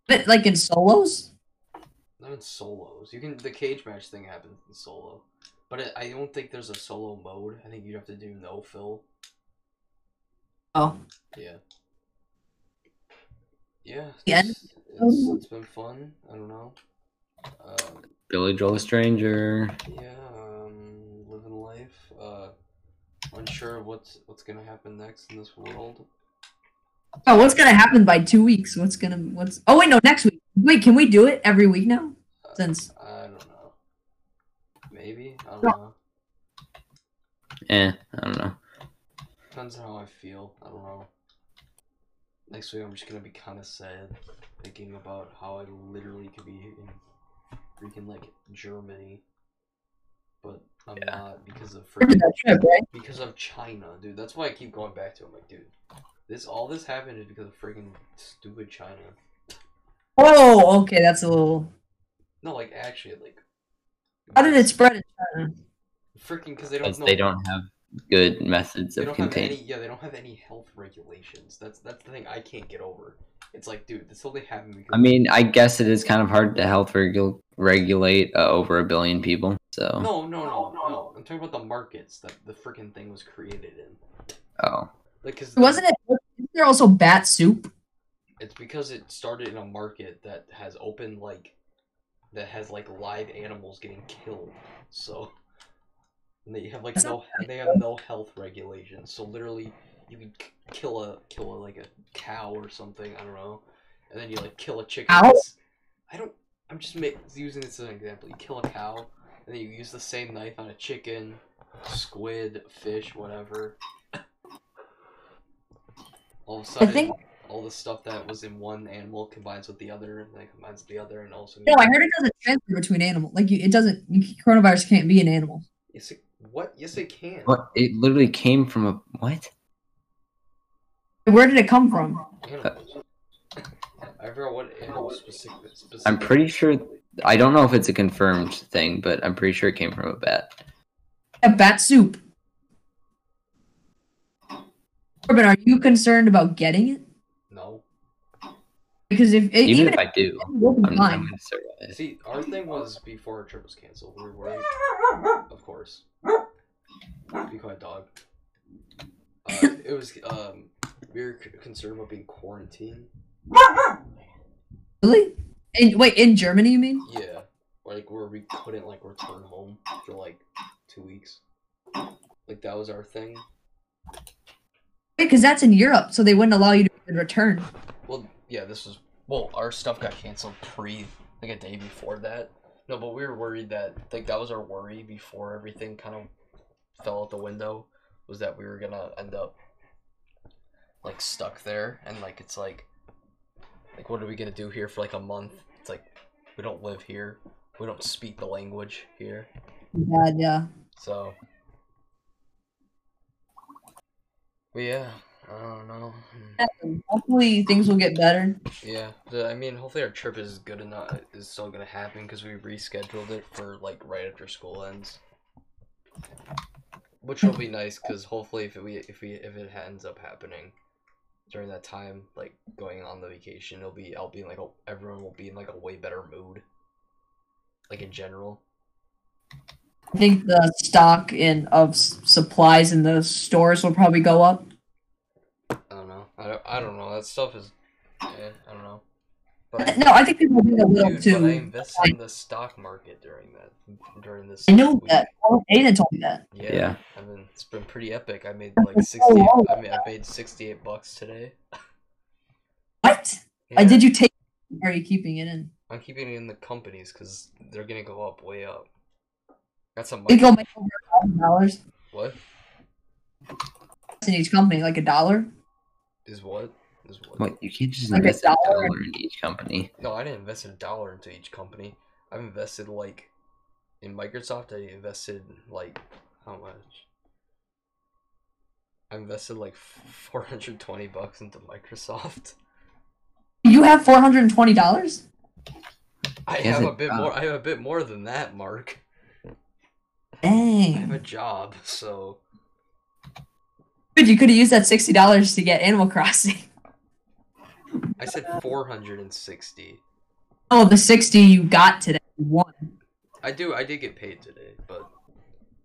Speaker 2: But like in solos,
Speaker 1: Not in solos. You can the cage match thing happens in solo, but it, I don't think there's a solo mode. I think you have to do no fill.
Speaker 2: Oh.
Speaker 1: Yeah. Yeah.
Speaker 2: Yeah.
Speaker 1: It's, it's, it's been fun. I don't know. Um,
Speaker 3: Billy Joel Stranger.
Speaker 1: yeah. Um, living life. Uh, unsure of what's what's gonna happen next in this world.
Speaker 2: Oh, what's gonna happen by two weeks? What's gonna what's? Oh wait, no, next week. Wait, can we do it every week now? Since
Speaker 1: Uh, I don't know. Maybe I don't
Speaker 2: No.
Speaker 1: know.
Speaker 3: Eh, I don't know.
Speaker 1: Depends on how I feel. I don't know. Next week I'm just gonna be kind of sad, thinking about how I literally could be in freaking like Germany, but I'm
Speaker 3: Yeah.
Speaker 1: not because of
Speaker 2: Remember
Speaker 1: freaking
Speaker 2: that trip, right?
Speaker 1: because of China, dude. That's why I keep going back to. it. I'm like, dude, this all this happened is because of freaking stupid China.
Speaker 2: Oh, okay, that's a little.
Speaker 1: No, like actually, like
Speaker 2: How did it spread? in China?
Speaker 1: freaking because they don't
Speaker 3: Because
Speaker 1: know.
Speaker 3: they don't have good methods
Speaker 1: They
Speaker 3: of
Speaker 1: don't have any.
Speaker 3: containment.
Speaker 1: Yeah, they don't have any health regulations. That's that's the thing I can't get over. It's like, dude, this only happened because.
Speaker 3: I mean, I guess it is kind of hard to health regu- regulate uh, over a billion people. So,
Speaker 1: No, no, no, no. I'm talking about the markets that the freaking thing was created in.
Speaker 3: oh,
Speaker 1: Like, cause
Speaker 2: Wasn't it? Isn't there also bat soup?
Speaker 1: It's because it started in a market that has open like, that has like live animals getting killed. So, and they have like no, they have no health regulations. So literally, you could k- kill a kill a like a cow or something. I don't know, and then you like kill a chicken.
Speaker 2: Cow?
Speaker 1: that's- I don't. I'm just ma- using this as an example. You kill a cow, and then you use the same knife on a chicken, squid, fish, whatever. All of a
Speaker 2: I
Speaker 1: sudden,
Speaker 2: think.
Speaker 1: all the stuff that was in one animal combines with the other, and then combines with the other, and also
Speaker 2: No, I heard it doesn't transfer between animal. Like you, it doesn't. You, coronavirus can't be an animal.
Speaker 1: Yes, it, what? Yes, it can.
Speaker 3: what? It literally came from a what?
Speaker 2: Where did it come from?
Speaker 1: Animals. [laughs] I forgot what animal specific. specific
Speaker 3: I'm pretty sure. I don't know if it's a confirmed thing, but I'm pretty sure it came from a bat.
Speaker 2: A bat soup. Corbin, are you concerned about getting it?
Speaker 1: No.
Speaker 2: Because if it,
Speaker 3: Even,
Speaker 2: even
Speaker 3: if I do,
Speaker 2: if it will be
Speaker 3: I'm, I'm
Speaker 2: fine.
Speaker 3: gonna survive.
Speaker 1: See, our thing was before our trip was canceled. We were worried, of course. Be quiet, dog. Uh, it was um, we were c- concerned about being quarantined.
Speaker 2: Really? In, wait, in Germany, you mean?
Speaker 1: Yeah, like where we couldn't like return home for like two weeks. Like that was our thing.
Speaker 2: Wait, because that's in Europe, so they wouldn't allow you to return.
Speaker 1: Well, yeah, this was. Well, our stuff got canceled pre, like a day before that. No, but we were worried that, like, that was our worry before everything kind of fell out the window, was that we were gonna end up, like, stuck there. And, like, it's like, like, what are we gonna do here for, like, a month? It's like, we don't live here. We don't speak the language here.
Speaker 2: Bad, yeah.
Speaker 1: So. But yeah, I don't know. Hmm.
Speaker 2: Hopefully things will get better.
Speaker 1: Yeah, the, I mean, hopefully our trip is good enough. Is still gonna happen because we rescheduled it for like right after school ends, which
Speaker 2: [laughs]
Speaker 1: will be nice because hopefully if we if we if it ha- ends up happening during that time, like going on the vacation, it'll be I'll be in like a, everyone will be in like a way better mood, like in general.
Speaker 2: I think the stock in of s- supplies in the stores will probably go up.
Speaker 1: I don't know. I don't, I don't know. That stuff is, eh, I don't know. But I-
Speaker 2: [laughs] No, I think people will be a little
Speaker 1: dude, but I
Speaker 2: too.
Speaker 1: invested in the stock market during that during this.
Speaker 2: I know
Speaker 1: week.
Speaker 2: that. Oh, Aiden told me that.
Speaker 1: Yeah.
Speaker 3: Yeah.
Speaker 1: I mean, it's been pretty epic. I made
Speaker 2: That's
Speaker 1: like
Speaker 2: been so
Speaker 1: 68
Speaker 2: long.
Speaker 1: I mean, I made 68 bucks today.
Speaker 2: What?
Speaker 1: Yeah.
Speaker 2: Uh, did you take? Are you keeping it in?
Speaker 1: I'm keeping it in the companies cuz they're going to go up way up. Got some money.
Speaker 2: We go make over a thousand dollars
Speaker 1: What?
Speaker 2: in each company, like a dollar.
Speaker 1: Is what? Is what?
Speaker 3: What? You can't just
Speaker 2: Like a
Speaker 3: invest a
Speaker 2: dollar?
Speaker 3: dollar in each company.
Speaker 1: No, I didn't invest a dollar into each company. I've invested like in Microsoft, I invested like how much? I invested like [laughs] 420 bucks into Microsoft. [laughs]
Speaker 2: You have four hundred and twenty dollars.
Speaker 1: I
Speaker 3: Yes,
Speaker 1: have a
Speaker 3: it-
Speaker 1: bit
Speaker 3: uh,
Speaker 1: more I have a bit more than that, Mark. I have a
Speaker 2: Dang,
Speaker 1: job, so
Speaker 2: dude, you could have used that sixty dollars to get Animal Crossing.
Speaker 1: I said 460.
Speaker 2: [laughs] Oh, the 60 you got today. you Won.
Speaker 1: I do. I did get paid today, but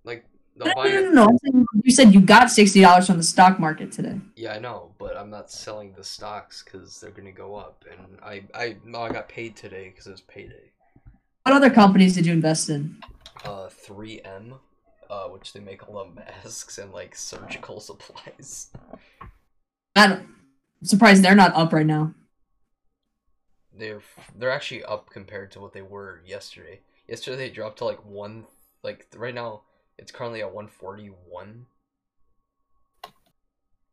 Speaker 1: like
Speaker 2: No,
Speaker 1: the
Speaker 2: no,
Speaker 1: buy.
Speaker 2: no, no, I'm saying- You said you got $60 from the stock market today.
Speaker 1: Yeah, I know, but I'm not selling the stocks because they're gonna go up, and I I no, I got paid today because it was payday.
Speaker 2: What other companies did you invest in?
Speaker 1: Uh, 3M, uh, which they make a lot of masks and like surgical [laughs] supplies.
Speaker 2: I don't, I'm surprised they're not up right now.
Speaker 1: They're they're actually up compared to what they were yesterday. Yesterday they dropped to like one, like right now it's currently at 141.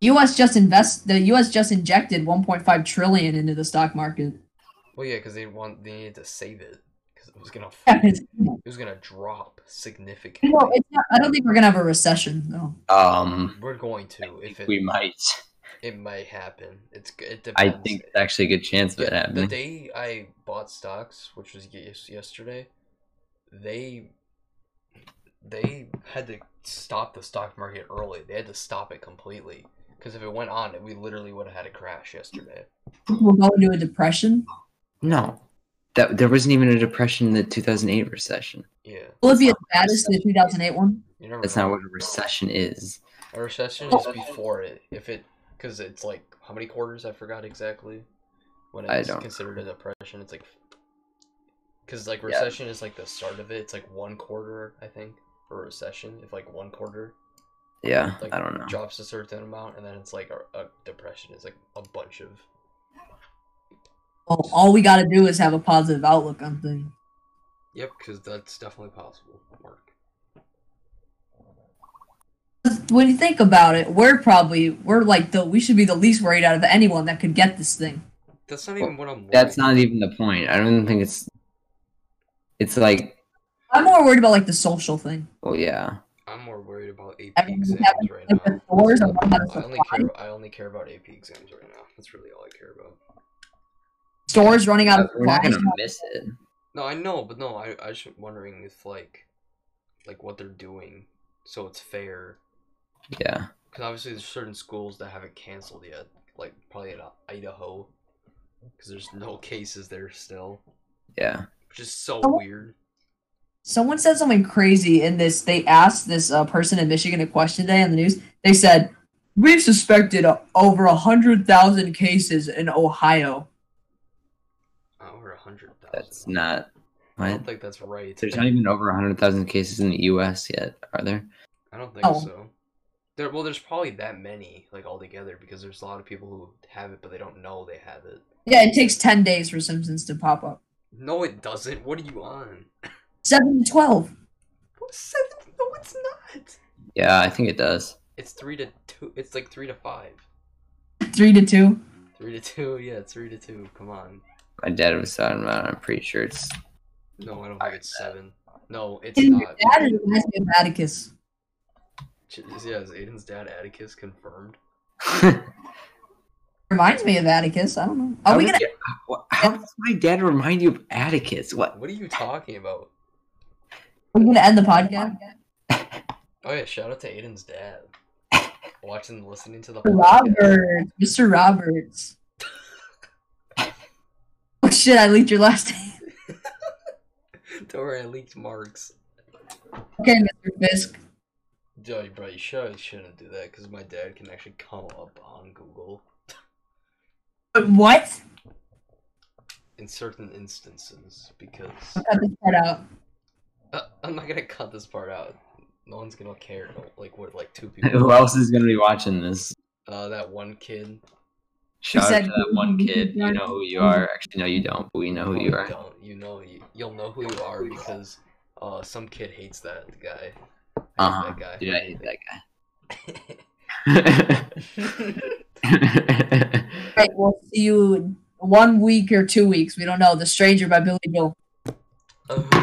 Speaker 2: U.S. just invest. The U.S. just injected 1.5 trillion into the stock market.
Speaker 1: Well, yeah, because they want they needed to save it because it was gonna
Speaker 2: Yeah,
Speaker 1: it
Speaker 2: it's, no,
Speaker 1: was gonna drop significantly.
Speaker 2: it's not, I don't think we're gonna have a recession though.
Speaker 3: Um,
Speaker 1: We're going to if it
Speaker 3: we might.
Speaker 1: it might happen. It's g- it
Speaker 3: I
Speaker 1: depends.
Speaker 3: think it's actually a good chance of it
Speaker 1: Yeah, the
Speaker 3: happening.
Speaker 1: day I bought stocks, which was ye- yesterday, they they had to stop the stock market early. They had to stop it completely because if it went on, we literally would have had a crash yesterday.
Speaker 2: We'll go into a depression.
Speaker 3: No, that there wasn't even a depression in the 2008 recession.
Speaker 1: Yeah,
Speaker 2: Will it be as bad as the 2008 one?
Speaker 1: you never.
Speaker 3: That's
Speaker 1: know.
Speaker 3: not what a recession is.
Speaker 1: A recession is before it. If it, because it's like how many quarters? I forgot exactly. When
Speaker 3: I
Speaker 1: it's
Speaker 3: don't
Speaker 1: considered a depression, it's like because like
Speaker 3: Yeah.
Speaker 1: recession is like the start of it. It's like one quarter, I think, for recession. If like one quarter
Speaker 3: Yeah,
Speaker 1: Like,
Speaker 3: I don't know.
Speaker 1: drops a certain amount, and then it's like a, a depression is like a bunch of.
Speaker 2: Well, all we gotta do is have a positive outlook on things.
Speaker 1: Yep, because that's definitely possible. Mark.
Speaker 2: When you think about it, we're probably we're like the we should be the least worried out of anyone that could get this thing.
Speaker 1: That's not even what I'm.
Speaker 3: That's
Speaker 1: worried-
Speaker 3: not even the point. I don't think it's. It's like,
Speaker 2: I'm more worried about like the social thing.
Speaker 3: well, yeah.
Speaker 1: I'm more worried about AP
Speaker 2: Everything
Speaker 1: exams
Speaker 2: happens
Speaker 1: right
Speaker 2: Like the
Speaker 1: now.
Speaker 2: doors are run out of
Speaker 1: I only
Speaker 2: supply.
Speaker 1: care. I only care about AP exams right now. That's really all I care about.
Speaker 2: Stores running out of
Speaker 3: Uh, We're not
Speaker 2: supplies.
Speaker 3: gonna miss it.
Speaker 1: No, I know, but no, I I was just wondering if like, like what they're doing, so it's fair.
Speaker 3: Yeah,
Speaker 1: Because obviously, there's certain schools that haven't canceled yet, like probably in uh, Idaho, because there's no [laughs] cases there still,
Speaker 3: yeah.
Speaker 1: which is so
Speaker 2: Oh.
Speaker 1: weird.
Speaker 2: Someone said something crazy in this. They asked this uh, person in Michigan a question today on the news. They said, "We've suspected uh, over a hundred thousand cases in Ohio."
Speaker 1: Over a hundred thousand.
Speaker 3: That's not.
Speaker 1: I
Speaker 3: What?
Speaker 1: don't think that's right.
Speaker 3: There's not even over 100,000 cases in the U.S. yet, are there?
Speaker 1: I don't think
Speaker 2: Oh.
Speaker 1: so. There, well, there's probably that many like altogether because there's a lot of people who have it but they don't know they have it.
Speaker 2: Yeah, it takes ten days for symptoms to pop up.
Speaker 1: No, it doesn't. What are you on?
Speaker 2: Seven to twelve.
Speaker 1: What seven? No, it's not.
Speaker 3: Yeah, I think it does.
Speaker 1: It's three to two. It's like three to five.
Speaker 2: Three to two.
Speaker 1: Three to two. [laughs] Yeah, it's three to two. Come on.
Speaker 3: My dad was talking about. it. I'm pretty sure it's. [laughs]
Speaker 1: No, I don't think it's seven. No, it's
Speaker 2: And
Speaker 1: not.
Speaker 2: your dad is asking about Atticus.
Speaker 1: Jeez, Yeah, is Aiden's dad Atticus confirmed?
Speaker 2: Reminds me of Atticus. I don't know. Are
Speaker 3: How
Speaker 2: we
Speaker 3: is
Speaker 2: gonna?
Speaker 3: it- wha- How does my dad remind you of Atticus? What? [laughs]
Speaker 1: What are you talking about?
Speaker 2: Are we gonna end the podcast?
Speaker 1: Oh yeah, shout out to Aiden's dad. Watching, listening to the [laughs] podcast.
Speaker 2: Roberts, Mr. Roberts. [laughs] oh shit! I leaked your last name. [laughs]
Speaker 1: Don't worry, I leaked marks.
Speaker 2: Okay, Mr. Fisk.
Speaker 1: Joey, bro, you sure you shouldn't do that because my dad can actually come up on Google
Speaker 2: But what?
Speaker 1: in certain instances because
Speaker 2: Cut this part out.
Speaker 1: Uh, I'm not gonna cut this part out. No one's gonna care. No, like we're like two people.
Speaker 3: [laughs] Who else is gonna be watching this?
Speaker 1: Uh, that one kid.
Speaker 3: Shout out
Speaker 2: said-
Speaker 3: to that one kid. You know who you are. Actually, no, you don't. But we know who
Speaker 1: Oh,
Speaker 3: you are.
Speaker 1: Don't you know? You, you'll know who you are because uh, some kid hates that guy. I hate
Speaker 3: Uh-huh.
Speaker 1: that guy.
Speaker 3: Dude, I hate that guy. [laughs]
Speaker 2: Right, we'll see you in one week or two weeks. We don't know. The Stranger by Billy Joel.
Speaker 1: Uh,